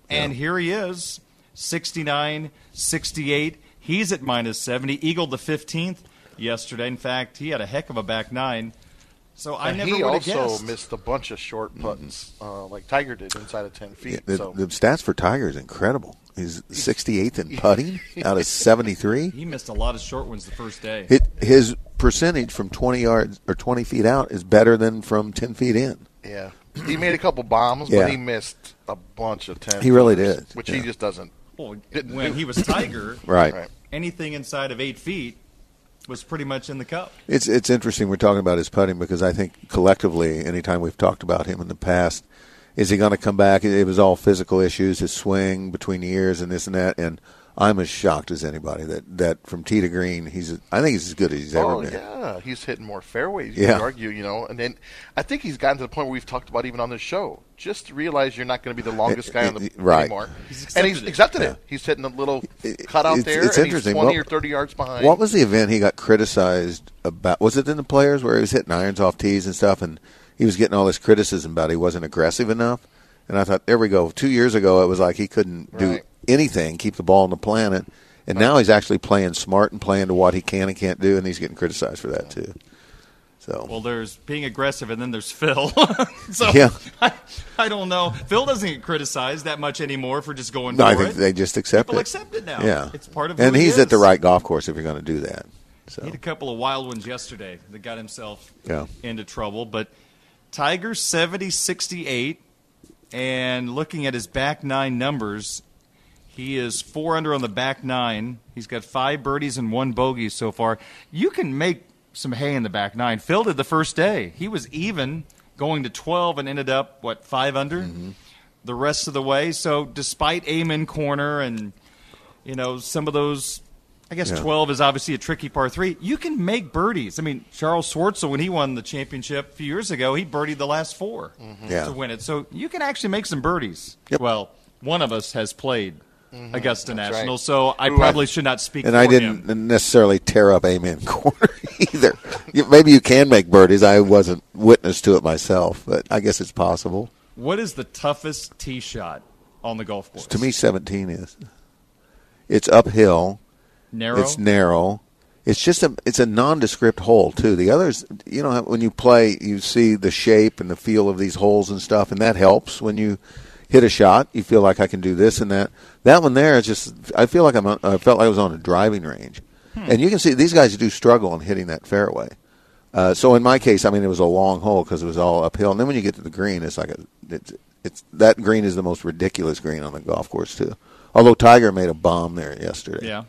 Speaker 1: And here he is, 69, 68. He's at minus 70. Eagle the 15th yesterday. In fact, he had a heck of a back nine. So I
Speaker 4: And
Speaker 1: never
Speaker 4: he
Speaker 1: would have
Speaker 4: also
Speaker 1: guessed.
Speaker 4: missed a bunch of short putts, uh, like Tiger did inside of ten feet.
Speaker 3: the,
Speaker 4: so
Speaker 3: the stats for Tiger is incredible. He's 68th in putting out of 73.
Speaker 1: he missed a lot of short ones the first day.
Speaker 3: Hit, his percentage from 20 yards or 20 feet out is better than from 10 feet in.
Speaker 4: yeah, he made a couple bombs,
Speaker 3: Yeah.
Speaker 4: but he missed a bunch of ten.
Speaker 3: He really
Speaker 4: footers,
Speaker 3: did,
Speaker 4: which
Speaker 3: yeah.
Speaker 4: he just doesn't.
Speaker 1: Well, when he
Speaker 3: <coughs>
Speaker 1: was Tiger,
Speaker 3: Right.
Speaker 4: Right.
Speaker 1: anything inside of eight feet was pretty much in the cup.
Speaker 3: It's it's interesting we're talking about his putting because I think collectively, anytime we've talked about him in the past, is he going to come back? It, it was all physical issues, his swing between the ears and this and that. And I'm as shocked as anybody that, that from tee to green, he's I think he's as good as he's ever
Speaker 4: Oh
Speaker 3: been.
Speaker 4: yeah, he's hitting more fairways. You
Speaker 3: Yeah.
Speaker 4: could argue, you know, and then I think he's gotten to the point where we've talked about even on this show. Just realize you're not going to be the longest guy on the
Speaker 3: <laughs> Right.
Speaker 4: anymore,
Speaker 1: He's
Speaker 4: and he's accepted
Speaker 1: accepted it.
Speaker 4: it. He's hitting a little
Speaker 3: It-
Speaker 4: cutout
Speaker 3: it's-
Speaker 4: there,
Speaker 3: it's
Speaker 4: and
Speaker 3: interesting.
Speaker 4: he's twenty
Speaker 3: What-
Speaker 4: or thirty yards behind.
Speaker 3: What was the event he got criticized about? Was it in the players where he was hitting irons off tees and stuff, and he was getting all this criticism about he wasn't aggressive enough? And I thought, there we go. Two years ago, it was like he couldn't do
Speaker 4: Right.
Speaker 3: anything, keep the ball on the planet, and now he's actually playing smart and playing to what he can and can't do, and he's getting criticized for that too. So
Speaker 1: Well, there's being aggressive, and then there's Phil. <laughs> so
Speaker 3: Yeah.
Speaker 1: I, I don't know. Phil doesn't get criticized that much anymore for just going
Speaker 3: no,
Speaker 1: for
Speaker 3: I think
Speaker 1: it.
Speaker 3: they just accept
Speaker 1: People
Speaker 3: it.
Speaker 1: accept it now.
Speaker 3: Yeah,
Speaker 1: It's part of
Speaker 3: And
Speaker 1: who he
Speaker 3: he's at the
Speaker 1: is.
Speaker 3: right golf course if you're going to do that. So
Speaker 1: He had a couple of wild ones yesterday that got himself
Speaker 3: Yeah.
Speaker 1: into trouble. But Tiger 70 68, and looking at his back nine numbers, he is four under on the back nine. He's got five birdies and one bogey so far. You can make some hay in the back nine. Phil did the first day. He was even going to 12 and ended up, what, five under
Speaker 3: Mm-hmm.
Speaker 1: the rest of the way. So despite Amen Corner and you know, some of those. I guess
Speaker 3: Yeah.
Speaker 1: 12 is obviously a tricky par three. You can make birdies. I mean, Charles Schwartzel, when he won the championship a few years ago, he birdied the last 4
Speaker 3: Mm-hmm. Yeah.
Speaker 1: to win it. So you can actually make some birdies.
Speaker 3: Yep. Mm-hmm.
Speaker 1: Well, one of us has played Augusta National,
Speaker 4: right.
Speaker 1: so I
Speaker 4: Who
Speaker 1: probably should not speak
Speaker 3: uh, And
Speaker 1: for
Speaker 3: I didn't
Speaker 1: him.
Speaker 3: necessarily tear up <laughs> Amen Corner either. You- Maybe you can make birdies. I wasn't witness to it myself, but I guess it's possible.
Speaker 1: What is the toughest tee shot on the golf course?
Speaker 3: To me, 17 is. It's uphill.
Speaker 1: narrow.
Speaker 3: It's narrow. It's just a it's a nondescript hole too. The others, you know, when you play, you see the shape and the feel of these holes and stuff, and that helps when you hit a shot. You feel like I can do this and that. That one there is just I feel like I'm on, I felt like I was on a driving range,
Speaker 1: Hmm.
Speaker 3: and you can see these guys do struggle in hitting that fairway. Uh, so in my case, I mean, it was a long hole because it was all uphill, and then when you get to the green, it's like a it's, it's that green is the most ridiculous green on the golf course too. Although Tiger made a bomb there yesterday.
Speaker 1: Yeah.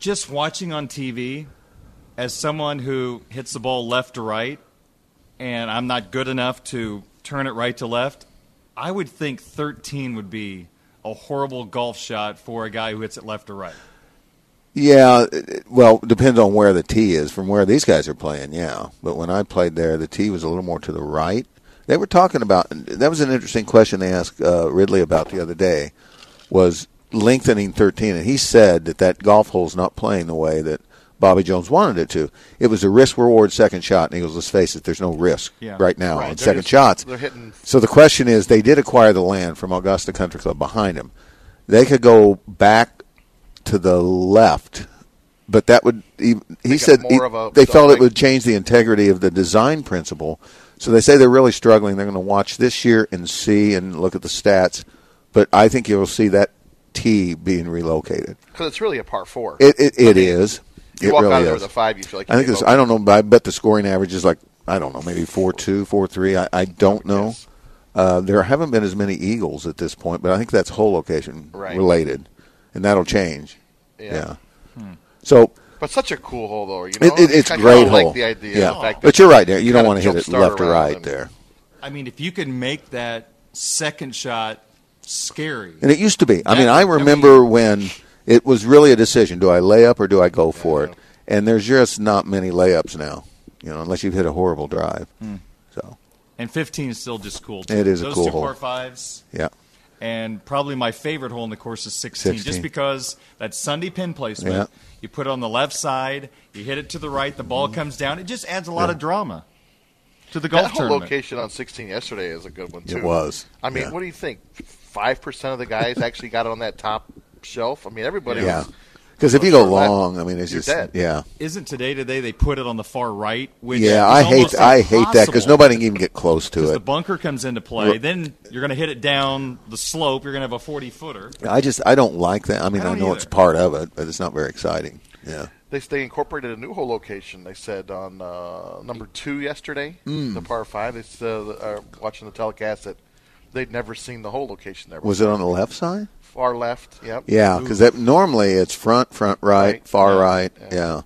Speaker 1: Just watching on TV, as someone who hits the ball left to right, and I'm not good enough to turn it right to left, I would think 13 would be a horrible golf shot for a guy who hits it left to right.
Speaker 3: Yeah, it- it- well, depends on where the tee is. From where these guys are playing, yeah. But when I played there, the tee was a little more to the right. They were talking about that was an interesting question they asked uh, Ridley about the other day was lengthening 13, and he said that that golf hole's not playing the way that Bobby Jones wanted it to. It was a risk reward second shot, and he goes, "Let's face it, there's no risk
Speaker 1: Yeah.
Speaker 3: right now
Speaker 4: Right,
Speaker 3: on
Speaker 4: they're
Speaker 3: second
Speaker 4: just-
Speaker 3: shots."
Speaker 4: they're hitting-
Speaker 3: So the question is, they did acquire the land from Augusta Country Club behind him. They could go back to the left, but that would he, he
Speaker 4: it
Speaker 3: said
Speaker 4: more
Speaker 3: he-
Speaker 4: of a-
Speaker 3: they felt it
Speaker 4: something.
Speaker 3: would change the integrity of the design principle. So they say they're really struggling. They're going to watch this year and see and look at the stats, but I think you'll see that tee being relocated.
Speaker 4: Because it's really a par four.
Speaker 3: It it, it is.
Speaker 4: you
Speaker 3: it
Speaker 4: walk
Speaker 3: really
Speaker 4: out of there
Speaker 3: is.
Speaker 4: with a five, you feel like you
Speaker 3: I think
Speaker 4: gave
Speaker 3: this.
Speaker 4: up.
Speaker 3: I don't know. but I bet the scoring average is like I don't know, maybe four two, four three. I, I don't know.
Speaker 4: guess.
Speaker 3: Uh, there haven't been as many eagles at this point, but I think that's whole location
Speaker 4: Right.
Speaker 3: related, and that'll change.
Speaker 4: Yeah.
Speaker 3: So
Speaker 4: But such a cool hole, though. You know,
Speaker 3: it, it, it's
Speaker 4: I kinda
Speaker 3: great
Speaker 4: like
Speaker 3: hole.
Speaker 4: the idea.
Speaker 3: yeah,
Speaker 4: the fact that
Speaker 3: but you're right there. You don't
Speaker 4: kinda
Speaker 3: want to hit it
Speaker 4: jumpstart
Speaker 3: left or
Speaker 4: around
Speaker 3: right
Speaker 4: and-
Speaker 3: there.
Speaker 1: I mean, if you can make that second shot scary,
Speaker 3: And it used to be. I
Speaker 1: That-
Speaker 3: mean,
Speaker 1: I
Speaker 3: I
Speaker 1: mean-
Speaker 3: remember when it was really a decision: do I lay up or do I go for it? And there's just not many layups now, you know, unless you've hit a horrible drive.
Speaker 4: Hmm.
Speaker 3: So
Speaker 1: and 15 is still just cool. Too.
Speaker 3: It is a
Speaker 1: Those
Speaker 3: cool
Speaker 1: two
Speaker 3: hole.
Speaker 1: par fives.
Speaker 3: yeah.
Speaker 1: and probably my favorite hole in the course is 16,
Speaker 3: 16.
Speaker 1: just because that Sunday pin placement.
Speaker 3: Yeah.
Speaker 1: You put it on the left side, you hit it to the right, the ball
Speaker 3: Mm-hmm.
Speaker 1: comes down. It just adds a lot of drama to the golf
Speaker 4: That whole
Speaker 1: tournament.
Speaker 4: location on 16 yesterday is a good one too.
Speaker 3: It was,
Speaker 4: I mean,
Speaker 3: yeah.
Speaker 4: what do you think? Five percent of the guys actually got it on that top shelf. I mean, everybody
Speaker 3: Yeah.
Speaker 4: was
Speaker 3: Because if you go long, I mean, it's
Speaker 2: You're
Speaker 3: just
Speaker 2: dead.
Speaker 3: yeah,
Speaker 1: Isn't today today they put it on the far right? Which is
Speaker 3: yeah. I hate
Speaker 1: almost
Speaker 3: I hate that because
Speaker 1: impossible.
Speaker 3: nobody can even get close to
Speaker 1: 'Cause the
Speaker 3: it.
Speaker 1: bunker comes into play. Then you're going to hit it down the slope. You're going to have a 40 footer.
Speaker 3: I just I don't like that. I mean,
Speaker 1: I
Speaker 3: I,
Speaker 1: don't
Speaker 3: know
Speaker 1: either.
Speaker 3: it's part of it, but it's not very exciting. Yeah.
Speaker 2: They they incorporated a new hole location. They said on uh, number two yesterday,
Speaker 3: Mm.
Speaker 2: the par five. They said, uh, watching the telecast that they'd never seen the hole location there.
Speaker 3: Was it on the left side?
Speaker 2: far left? Yep.
Speaker 3: Yeah, because that normally it's front, front right,
Speaker 2: Right,
Speaker 3: far
Speaker 2: yeah,
Speaker 3: right.
Speaker 2: yeah.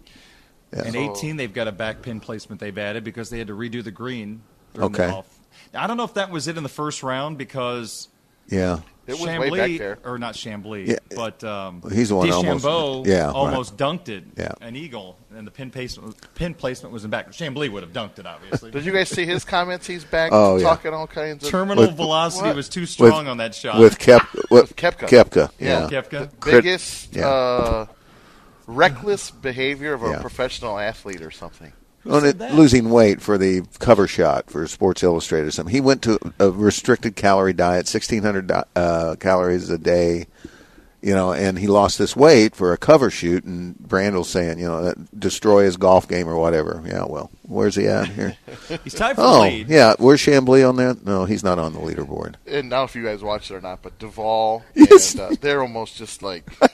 Speaker 3: Yeah.
Speaker 1: And
Speaker 2: So-
Speaker 1: 18, they've got a back pin placement they've added because they had to redo the green. during
Speaker 3: Okay.
Speaker 1: The off. Now, I don't know if that was it in the first round because
Speaker 3: yeah,
Speaker 2: It was
Speaker 1: Chambly,
Speaker 2: way back there.
Speaker 1: or not Chambly,
Speaker 3: Yeah.
Speaker 1: but um,
Speaker 3: He's the one that almost-
Speaker 1: DeChambeau
Speaker 3: yeah, right.
Speaker 1: almost dunked it,
Speaker 3: Yeah.
Speaker 1: an eagle, and the pin placement, pin placement was in back. Chambly would have dunked it,
Speaker 2: <laughs>
Speaker 1: obviously.
Speaker 2: Did you guys see his comments? He's back
Speaker 3: Oh, yeah.
Speaker 2: talking all kinds of
Speaker 1: Terminal
Speaker 3: With-
Speaker 1: velocity
Speaker 2: What?
Speaker 1: was too strong on that shot.
Speaker 3: With Kep, with
Speaker 2: Koepka.
Speaker 3: Kepka. Yeah.
Speaker 2: Yeah,
Speaker 1: Koepka.
Speaker 3: Crit-
Speaker 2: biggest
Speaker 3: yeah.
Speaker 2: uh, reckless behavior of a
Speaker 3: Yeah.
Speaker 2: professional athlete or something.
Speaker 3: On it, losing weight for the cover shot for Sports Illustrated or something. He went to a restricted calorie diet, 1,600 di- uh, calories a day, you know, and he lost this weight for a cover shoot. And Brandel's saying, you know, that destroy his golf game or whatever. Yeah, well, where's he at here?
Speaker 1: He's tied for the
Speaker 3: oh,
Speaker 1: lead.
Speaker 3: yeah. Where's Chambly on that? No, he's not on the leaderboard.
Speaker 2: And now, if you guys watched it or not, but
Speaker 3: <laughs>
Speaker 2: Duvall
Speaker 3: Yes.
Speaker 2: and uh, they're almost just like
Speaker 3: <laughs>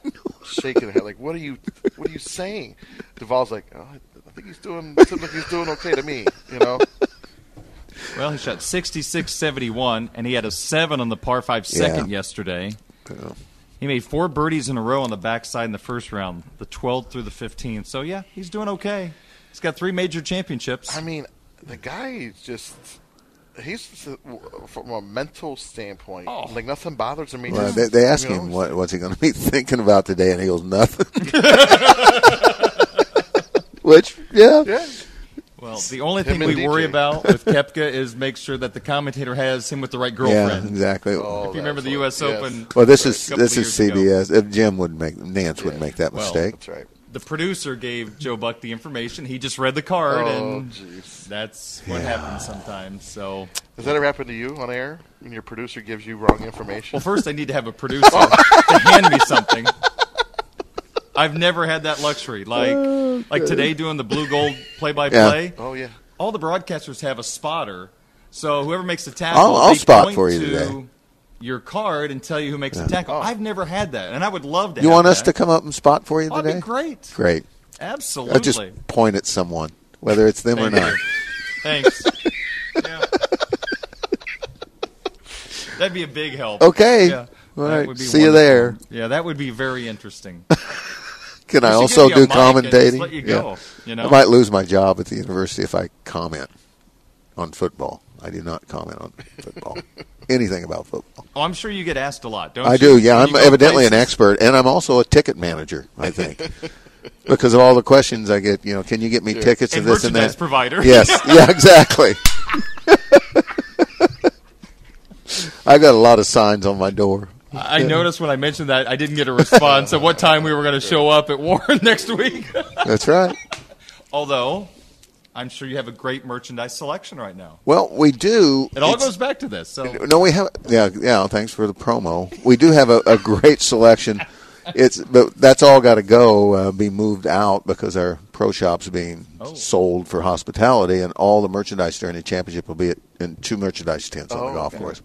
Speaker 2: shaking their head, like, "What are you? What are you saying?" Duvall's like, oh, "I think he's doing. Seems like he's doing okay to me." You
Speaker 3: <laughs>
Speaker 2: know,
Speaker 1: Well, he shot 66 71, and he had a 7 on the par 5 second yesterday. He made four birdies in a row on the backside in the first round, the 12th through the 15th. So, yeah, he's doing okay. He's got three major championships.
Speaker 2: I mean, the guy is just. He's from a mental standpoint, like nothing bothers him. He
Speaker 3: Oh. Well,
Speaker 2: just-
Speaker 3: they, they ask
Speaker 2: you know,
Speaker 3: him what, what's he going to be <laughs> thinking about today, and he goes nothing. <laughs> Which, yeah,
Speaker 2: Yeah,
Speaker 1: well, the only
Speaker 2: Him
Speaker 1: thing
Speaker 2: and
Speaker 1: we
Speaker 2: DJ.
Speaker 1: worry about with Kepka is make sure that the commentator has him with the right
Speaker 3: yeah,
Speaker 1: girlfriend.
Speaker 3: exactly.
Speaker 2: Oh,
Speaker 1: If you remember the U.S.
Speaker 2: that's what- yes.
Speaker 1: Open.
Speaker 3: Well, this
Speaker 1: a
Speaker 3: is
Speaker 1: couple
Speaker 3: this
Speaker 1: of
Speaker 3: is
Speaker 1: years ago,
Speaker 3: CBS. If Uh, Jim would make Nance would make that
Speaker 1: Well,
Speaker 3: mistake.
Speaker 2: that's right.
Speaker 1: The producer gave Joe Buck the information. He just read the card,
Speaker 2: Oh,
Speaker 1: and
Speaker 2: jeez.
Speaker 1: that's what happens sometimes. So,
Speaker 2: Does that ever happen to you on air when your producer gives you wrong
Speaker 4: <laughs>
Speaker 2: information?
Speaker 1: Well, first I need to have a
Speaker 3: <laughs>
Speaker 1: producer to hand me something. I've never had that luxury. Like
Speaker 3: Oh,
Speaker 1: like today doing the blue gold play by play.
Speaker 2: Oh yeah,
Speaker 1: All the broadcasters have a spotter. So whoever makes the tackle,
Speaker 3: I'll- I'll
Speaker 1: they
Speaker 3: spot
Speaker 1: point
Speaker 3: for you
Speaker 1: to
Speaker 3: today.
Speaker 1: Your card and tell you who makes the tackle. I've never had that, and I would love to.
Speaker 3: you
Speaker 1: have
Speaker 3: want us to
Speaker 1: that.
Speaker 3: come up and spot for you
Speaker 1: Oh,
Speaker 3: today?
Speaker 1: that'd be great.
Speaker 3: Great.
Speaker 1: Absolutely.
Speaker 3: I'll just <laughs> point at someone, whether it's them or
Speaker 1: Thank
Speaker 3: not. <laughs>
Speaker 1: you. Thanks. yeah. That'd be a big help.
Speaker 3: Okay.
Speaker 1: Yeah.
Speaker 3: All
Speaker 1: That
Speaker 3: right.
Speaker 1: would be
Speaker 3: See you
Speaker 1: wonderful.
Speaker 3: there.
Speaker 1: Yeah, that would be very
Speaker 3: <laughs>
Speaker 1: interesting.
Speaker 3: Can I
Speaker 1: should
Speaker 3: also
Speaker 1: give you
Speaker 3: do
Speaker 1: a mic and just
Speaker 3: commentating?
Speaker 1: let you
Speaker 3: Yeah.
Speaker 1: go, you know?
Speaker 3: I might lose my job at the university if I comment on football. I do not comment on
Speaker 1: <laughs>
Speaker 3: football. Anything about football.
Speaker 1: Oh, I'm sure you get asked a lot, don't you?
Speaker 3: I do. Yeah,
Speaker 1: When
Speaker 3: I'm
Speaker 1: you go
Speaker 3: evidently an
Speaker 1: places.
Speaker 3: expert, and I'm also a ticket manager. I
Speaker 1: <laughs>
Speaker 3: think because of all the questions I get. You know, can you get me tickets
Speaker 1: And
Speaker 3: to this and
Speaker 1: merchandise
Speaker 3: that?
Speaker 1: provider.
Speaker 3: Yes. Yeah. Exactly. <laughs> I've got a lot of signs on my door.
Speaker 1: I noticed when I mentioned that I didn't get a response at what time we were going to show up at Warren <laughs> next week.
Speaker 3: That's right.
Speaker 1: Although, I'm sure you have a great merchandise selection right now.
Speaker 3: Well, we do.
Speaker 1: It all
Speaker 3: it's-
Speaker 1: goes back to this. So
Speaker 3: No, we have. Yeah, yeah. Thanks for the promo. We do have a, a great
Speaker 2: <laughs>
Speaker 3: selection. It's but that's all got to go, uh, be moved out because our pro shop's being
Speaker 2: Oh.
Speaker 3: sold for hospitality, and all the merchandise during the championship will be at, in two merchandise stands
Speaker 2: Oh,
Speaker 3: on the golf course.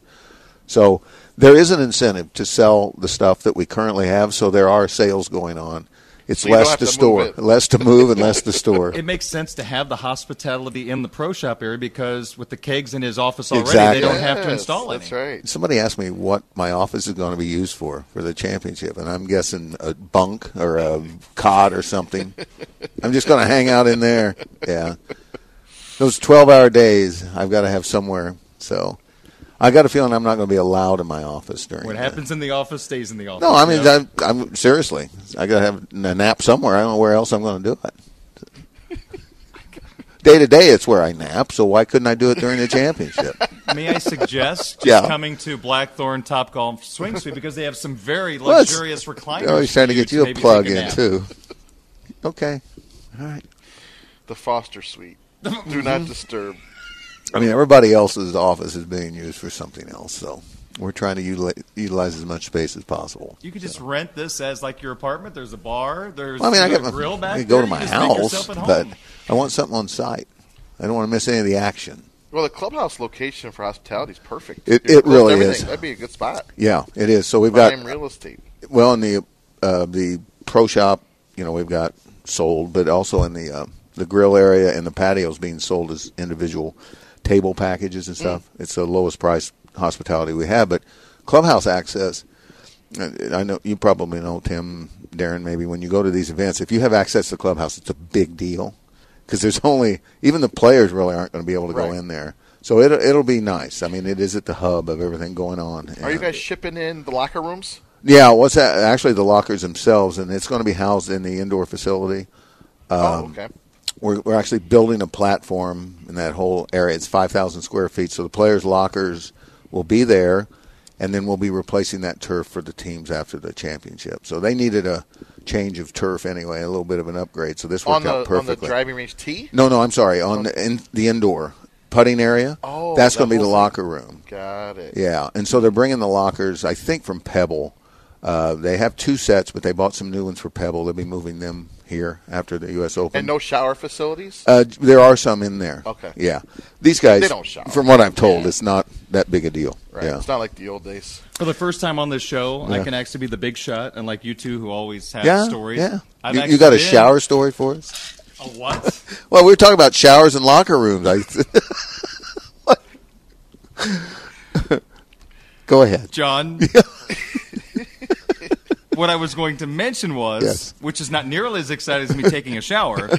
Speaker 3: So there is an incentive to sell the stuff that we currently have. So there are sales going on. It's
Speaker 2: So you don't
Speaker 3: less
Speaker 2: have
Speaker 3: to,
Speaker 2: to
Speaker 3: store,
Speaker 2: move it.
Speaker 3: less to move,
Speaker 2: <laughs>
Speaker 3: and less to store.
Speaker 1: it makes sense to have the hospitality in the pro shop area because with the kegs in his office already,
Speaker 3: Exactly.
Speaker 1: they don't have to
Speaker 2: Yes,
Speaker 1: install any.
Speaker 2: That's right.
Speaker 3: Somebody asked me what my office is going to be used for for the championship, and I'm guessing a bunk or a cot or something. I'm just going to hang out in there. Yeah, those 12-hour days, I've got to have somewhere. So, I got a feeling I'm not going to be allowed in my office during.
Speaker 1: What
Speaker 3: that.
Speaker 1: happens in the office stays in the office.
Speaker 3: No, I mean,
Speaker 1: you know?
Speaker 3: I'm, I'm seriously. I got to have a nap somewhere. I don't know where else I'm going to do
Speaker 1: <laughs>
Speaker 3: it. Day to day, it's where I nap. So why couldn't I do it during
Speaker 1: <laughs>
Speaker 3: the championship?
Speaker 1: May I
Speaker 3: <laughs>
Speaker 1: suggest just
Speaker 3: Yeah.
Speaker 1: coming to Blackthorn Top Golf Swing Suite because they have some very
Speaker 3: Well, it's-
Speaker 1: luxurious recliners.
Speaker 3: They're always Oh, trying to
Speaker 1: for
Speaker 3: get you a
Speaker 1: maybe take
Speaker 3: plug in
Speaker 1: nap.
Speaker 3: too. Okay. All right.
Speaker 2: The Foster <laughs> Suite. Do not disturb.
Speaker 3: I mean, everybody else's office is being used for something else, so We're trying to utilize, utilize as much space as possible.
Speaker 1: You could just rent this as like your apartment. There's a bar. There's
Speaker 3: Well, I mean, I
Speaker 1: a
Speaker 3: got my,
Speaker 1: grill back
Speaker 3: I could go
Speaker 1: there.
Speaker 3: to
Speaker 1: You
Speaker 3: my
Speaker 1: just make
Speaker 3: house,
Speaker 1: yourself at
Speaker 3: but
Speaker 1: home.
Speaker 3: I want something on site. I don't want to miss any of the action.
Speaker 4: Well, the clubhouse location for hospitality is perfect.
Speaker 3: It-
Speaker 4: You're close
Speaker 3: it
Speaker 4: to
Speaker 3: really
Speaker 4: everything.
Speaker 3: is.
Speaker 4: That'd be a good spot.
Speaker 3: Yeah, it is. So we've got
Speaker 4: Prime real estate.
Speaker 3: well in the uh, the pro shop. You know, we've got sold, but also in the uh, the grill area and the patios being sold as individual table packages and stuff. It's the lowest price hospitality we have, but clubhouse access. uh, I I know you probably know Tim, Darren. Maybe when you go to these events, if you have access to clubhouse, it's a big deal because there's <laughs> only even the players really aren't going to be able to go
Speaker 4: Right.
Speaker 3: in there. So it'll it'll be nice. I mean, it is at the hub of everything going on.
Speaker 4: Are you
Speaker 3: And-
Speaker 4: guys shipping in the locker rooms?
Speaker 3: yeah, what's that? Actually, the lockers themselves, and it's going to be housed in the indoor facility. Um,
Speaker 4: oh, okay.
Speaker 3: We're, we're actually building a platform in that whole area. It's 5,000 square feet, so the players' lockers will be there, and then we'll be replacing that turf for the teams after the championship. So they needed a change of turf anyway, a little bit of an upgrade. So this
Speaker 4: On
Speaker 3: worked
Speaker 4: the
Speaker 3: out
Speaker 4: on the
Speaker 3: perfectly.
Speaker 4: driving range tee.
Speaker 3: no, no, I'm sorry. On the, in, the indoor putting area,
Speaker 4: Oh,
Speaker 3: that's
Speaker 4: that
Speaker 3: going to be the
Speaker 4: whole thing.
Speaker 3: locker room.
Speaker 4: Got it.
Speaker 3: Yeah, and so they're bringing the lockers, I think, from Pebble. Uh, they have two sets, but they bought some new ones for Pebble. They'll be moving them here after the U.S. Open.
Speaker 4: And no shower facilities.
Speaker 3: uh, there are some in there.
Speaker 4: Okay.
Speaker 3: Yeah, these guys.
Speaker 4: They don't shower.
Speaker 3: From what I'm told, it's not that big a deal.
Speaker 4: right.
Speaker 3: Yeah.
Speaker 4: It's not like the old days.
Speaker 1: For the first time on this show, I
Speaker 3: Yeah.
Speaker 1: can actually be the big shot, unlike you two who always have
Speaker 3: yeah.
Speaker 1: stories.
Speaker 3: Yeah.
Speaker 1: I've
Speaker 3: You, you
Speaker 1: actually
Speaker 3: got a
Speaker 1: been-
Speaker 3: shower story for us?
Speaker 1: A what?
Speaker 3: Well, we were talking about showers and locker rooms. I. <laughs> Go ahead. <laughs>
Speaker 1: John. <laughs> what I was going to mention was,
Speaker 3: Yes.
Speaker 1: which is not nearly as exciting as me taking a
Speaker 3: <laughs>
Speaker 1: shower,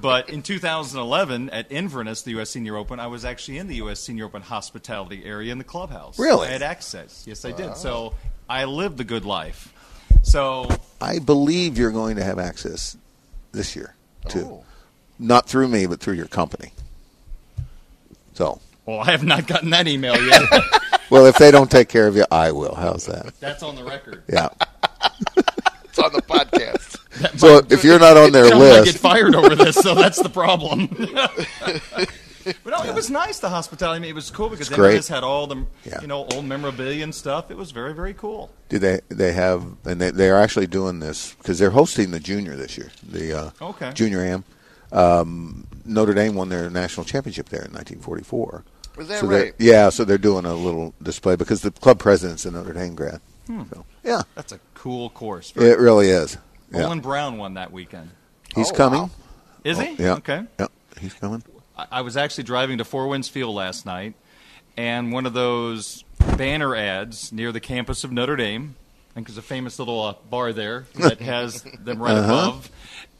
Speaker 1: but in 2011 at Inverness, the U.S. Senior Open, I was actually in the U.S. Senior Open hospitality area in the clubhouse.
Speaker 3: Really?
Speaker 1: I had access. Yes, I did. So I lived the good life. So
Speaker 3: I believe you're going to have access this year too.
Speaker 4: Oh.
Speaker 3: Not through me, but through your company. So,
Speaker 1: Well, I have not gotten that email
Speaker 3: <laughs>
Speaker 1: yet.
Speaker 3: well, if they don't take care of you, I will. How's that?
Speaker 1: That's on the record.
Speaker 3: Yeah.
Speaker 4: It's on the <laughs> podcast.
Speaker 3: So if you're not on their
Speaker 1: Sounds like I get
Speaker 3: list,
Speaker 1: fired over this, so that's the
Speaker 3: <laughs>
Speaker 1: problem. <laughs> but no, it was nice. The hospitality, I mean, it was cool because
Speaker 3: It's great.
Speaker 1: they just had all the
Speaker 3: Yeah.
Speaker 1: you know old memorabilia and stuff. It was very very cool.
Speaker 3: do they they have and they they are actually doing this because they're hosting the junior this year. The uh,
Speaker 1: Okay.
Speaker 3: junior am. Um, Notre Dame won their national championship there in 1944.
Speaker 4: Was that
Speaker 3: So they're-
Speaker 4: right?
Speaker 3: Yeah, so they're doing a little display because the club president's a Notre Dame grad. So, yeah,
Speaker 1: That's a cool course.
Speaker 3: it really is. Yeah.
Speaker 1: Olin Brown won that weekend.
Speaker 3: He's
Speaker 4: Oh,
Speaker 3: coming.
Speaker 4: wow.
Speaker 1: Is he?
Speaker 3: Yeah.
Speaker 1: Okay.
Speaker 3: Yeah. He's coming.
Speaker 1: I I was actually driving to Four Winds Field last night, and one of those banner ads near the campus of Notre Dame. I think there's a famous little uh, bar there that has them right above.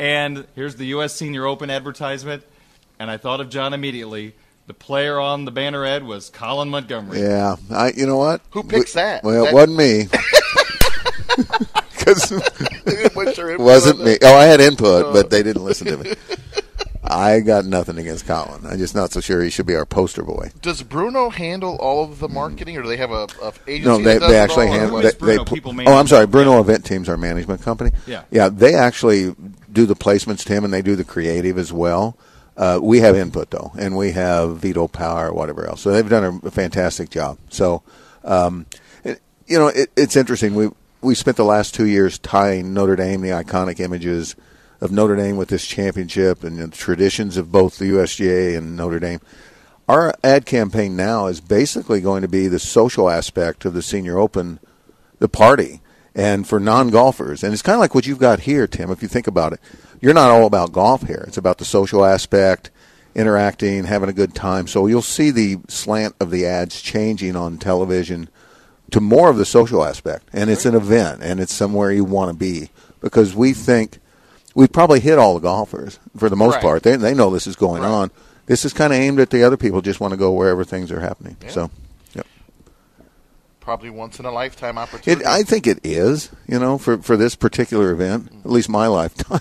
Speaker 1: And here's the U.S. Senior Open advertisement, and I thought of John immediately. The player on the banner ad was Colin Montgomery.
Speaker 3: Yeah. I. You know what?
Speaker 4: Who picks that?
Speaker 3: Well,
Speaker 4: That- <laughs>
Speaker 3: it wasn't me. <laughs> 'Cause <laughs>
Speaker 4: What's your
Speaker 3: it wasn't
Speaker 4: input on
Speaker 3: me. Oh, I had input, but they didn't listen to me. I got nothing against Colin. I'm just not so sure he should be our poster boy.
Speaker 4: that? Does Bruno handle all of the marketing, or do they have a, a agency?
Speaker 3: No, they,
Speaker 4: that does
Speaker 3: they
Speaker 4: it
Speaker 3: actually
Speaker 4: all, or
Speaker 3: handle.
Speaker 4: what?
Speaker 3: They,
Speaker 1: Bruno?
Speaker 3: they pu-
Speaker 1: People
Speaker 3: oh, I'm
Speaker 1: management.
Speaker 3: sorry. Bruno Event Team's our management company.
Speaker 1: Yeah.
Speaker 3: yeah. They actually do the placements, Tim, and they do the creative as well. Uh, we have input though, and we have veto power, whatever else. So they've done a, a fantastic job. So, um, it, you know, it, it's interesting. We we spent the last two years tying Notre Dame, the iconic images of Notre Dame with this championship and the traditions of both the USGA and Notre Dame. Our ad campaign now is basically going to be the social aspect of the Senior Open, the party, and for non golfers. And it's kind of like what you've got here, Tim, if you think about it. You're not all about golf here, it's about the social aspect, interacting, having a good time. So you'll see the slant of the ads changing on television to more of the social aspect. And it's an event, and it's somewhere you want to be because we think we probably hit all the golfers for the most
Speaker 4: Right.
Speaker 3: part. They, they know this is going on. This is kind of aimed at the other people just want to go wherever things are happening. So, yep.
Speaker 4: Probably once in a lifetime opportunity. <laughs>
Speaker 3: It, I think it is, you know, for, for this particular event, at least my <laughs> lifetime.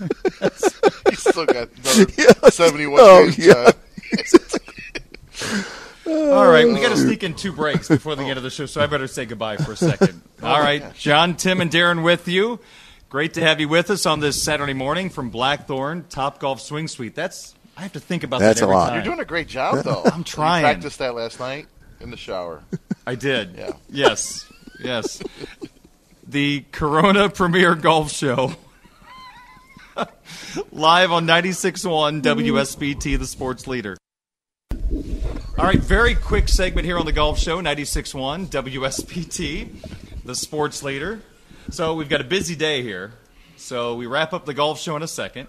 Speaker 4: You still
Speaker 3: <laughs>
Speaker 4: got another seventy-one uh,
Speaker 3: Oh,
Speaker 4: days
Speaker 3: yeah.
Speaker 4: time.
Speaker 1: All right,
Speaker 3: Oh.
Speaker 1: we got to sneak in two breaks before the end of the show, so I better say goodbye for a
Speaker 3: <laughs>
Speaker 1: second. All right, John, Tim, and Darren with you. Great to have you with us on this Saturday morning from Blackthorn Top Golf Swing Suite. That's I have to think about
Speaker 3: That's
Speaker 1: that
Speaker 3: a
Speaker 1: every
Speaker 3: lot.
Speaker 1: time.
Speaker 4: You're
Speaker 3: You're <laughs>
Speaker 4: doing a great job, though.
Speaker 1: I'm trying.
Speaker 4: You practiced that last night. in the shower.
Speaker 1: I did.
Speaker 4: Yeah.
Speaker 1: Yes. Yes. the Corona Premier Golf Show. <laughs> Live on 96.1 WSBT, the sports leader. All right, very quick segment here on the Golf Show, 96.1 WSBT, the sports leader. So we've got a busy day here. So we wrap up the Golf Show in a second.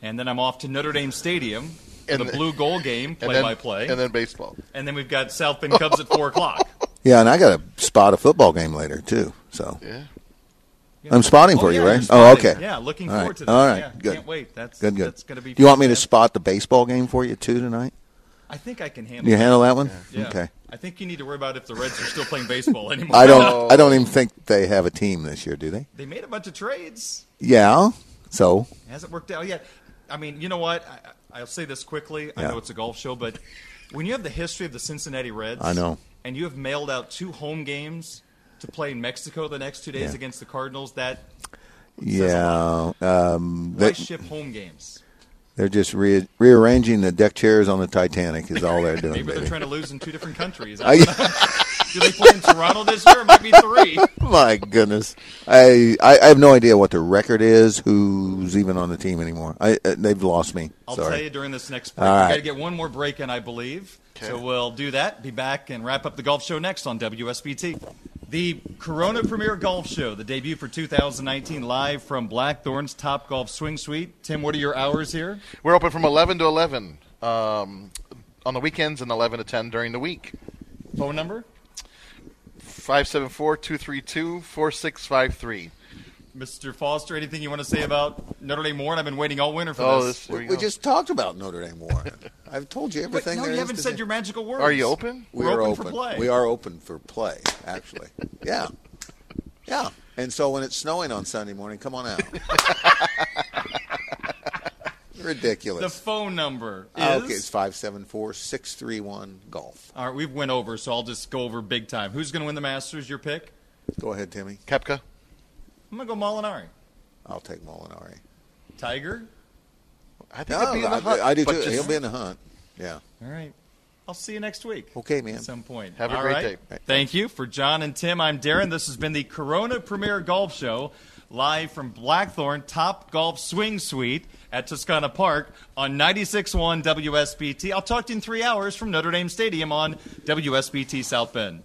Speaker 1: And then I'm off to Notre Dame Stadium for
Speaker 4: And
Speaker 1: the
Speaker 4: the-
Speaker 1: Blue Goal game,
Speaker 4: And
Speaker 1: play
Speaker 4: then,
Speaker 1: by play.
Speaker 4: and then baseball.
Speaker 1: And then we've got South Bend Cubs at
Speaker 4: <laughs>
Speaker 1: four o'clock.
Speaker 3: Yeah, and I got to spot a football game later too. So
Speaker 4: Yeah.
Speaker 3: I'm spotting for
Speaker 1: Oh,
Speaker 3: you,
Speaker 1: yeah,
Speaker 3: right?
Speaker 1: you're spotting.
Speaker 3: Oh, okay.
Speaker 1: Yeah, looking
Speaker 3: All
Speaker 1: forward
Speaker 3: right.
Speaker 1: to that.
Speaker 3: All right,
Speaker 1: Yeah,
Speaker 3: good.
Speaker 1: Can't wait. That's
Speaker 3: Good, good.
Speaker 1: That's gonna be.
Speaker 3: Do you want me to
Speaker 1: fun.
Speaker 3: spot the baseball game for you too tonight?
Speaker 1: I think I can handle.
Speaker 3: You handle that one?
Speaker 1: Yeah.
Speaker 3: Okay.
Speaker 1: I think you need to worry about if the Reds are still playing
Speaker 3: <laughs>
Speaker 1: baseball anymore.
Speaker 3: I don't. I don't even think they have a team this year, do they?
Speaker 1: They made a bunch of trades.
Speaker 3: Yeah. So
Speaker 1: It hasn't worked out yet. I mean, you know what? I- I, I'll say this quickly. I
Speaker 3: Yeah.
Speaker 1: know it's a golf show, but when you have the history of the Cincinnati Reds,
Speaker 3: I know.
Speaker 1: and you have mailed out two home games to play in Mexico the next two days
Speaker 3: Yeah.
Speaker 1: against the Cardinals, that
Speaker 3: yeah, um,
Speaker 1: why
Speaker 3: they,
Speaker 1: ship home games?
Speaker 3: they're just re- rearranging the deck chairs on the Titanic is
Speaker 1: <laughs>
Speaker 3: all they're doing.
Speaker 1: Maybe they're
Speaker 3: baby.
Speaker 1: trying to lose in two different countries.
Speaker 3: <laughs> I,
Speaker 1: <laughs> Do they play in Toronto this year? It might be three.
Speaker 3: my goodness, I, I I have no idea what the record is. Who's even on the team anymore? I uh, they've lost me.
Speaker 1: I'll
Speaker 3: Sorry.
Speaker 1: tell you during this next break.
Speaker 3: All
Speaker 1: we
Speaker 3: right.
Speaker 1: got to get one more break in, I believe. So we'll do that, be back, and wrap up the golf show next on WSBT. The Corona Premier Golf Show, the debut for 2019, live from Blackthorn's Top Golf Swing Suite. Tim, what are your hours here?
Speaker 4: We're open from 11 to 11 um, on the weekends and 11 to 10 during the week.
Speaker 1: Phone number?
Speaker 4: 574 232 4653.
Speaker 1: Mr. Foster, anything you want to say about Notre Dame Warren? I've been waiting all winter for
Speaker 4: Oh,
Speaker 1: this.
Speaker 4: this, there
Speaker 3: we
Speaker 4: you go.
Speaker 3: just talked about Notre Dame Warren. I've told you
Speaker 1: Wait,
Speaker 3: everything.
Speaker 1: no,
Speaker 3: there
Speaker 1: you
Speaker 3: is
Speaker 1: haven't
Speaker 3: to
Speaker 1: said
Speaker 3: say.
Speaker 1: your magical words.
Speaker 4: Are you open?
Speaker 3: We
Speaker 1: We're
Speaker 3: are
Speaker 1: open for play.
Speaker 3: We are open for play,
Speaker 1: <laughs>
Speaker 3: actually. yeah. Yeah. And so when it's snowing on Sunday morning, come
Speaker 1: <laughs>
Speaker 3: on out.
Speaker 1: The
Speaker 3: Ridiculous.
Speaker 1: phone number is.
Speaker 3: Ah, okay, it's 574 631 golf.
Speaker 1: All right, we've went over, so I'll just go over big time. Who's going to win the Masters? Your pick?
Speaker 3: Go ahead, Timmy.
Speaker 4: Kepka.
Speaker 1: I'm going to go Molinari.
Speaker 3: I'll take Molinari.
Speaker 1: Tiger?
Speaker 4: I think
Speaker 3: No,
Speaker 4: it'd be in the
Speaker 3: I,
Speaker 4: hunt,
Speaker 3: I do
Speaker 4: but
Speaker 3: too.
Speaker 4: just
Speaker 3: He'll be in the hunt. Yeah.
Speaker 1: All right. I'll see you next week.
Speaker 3: Okay, man.
Speaker 1: At some point.
Speaker 4: Oh, Have a
Speaker 1: All
Speaker 4: great
Speaker 1: right.
Speaker 4: day.
Speaker 1: Thank you for John and Tim. I'm Darren. This has been the Corona Premier Golf Show, live from Blackthorn Top Golf Swing Suite at Tuscana Park on 96.1 WSBT. I'll talk to you in three hours from Notre Dame Stadium on WSBT South Bend.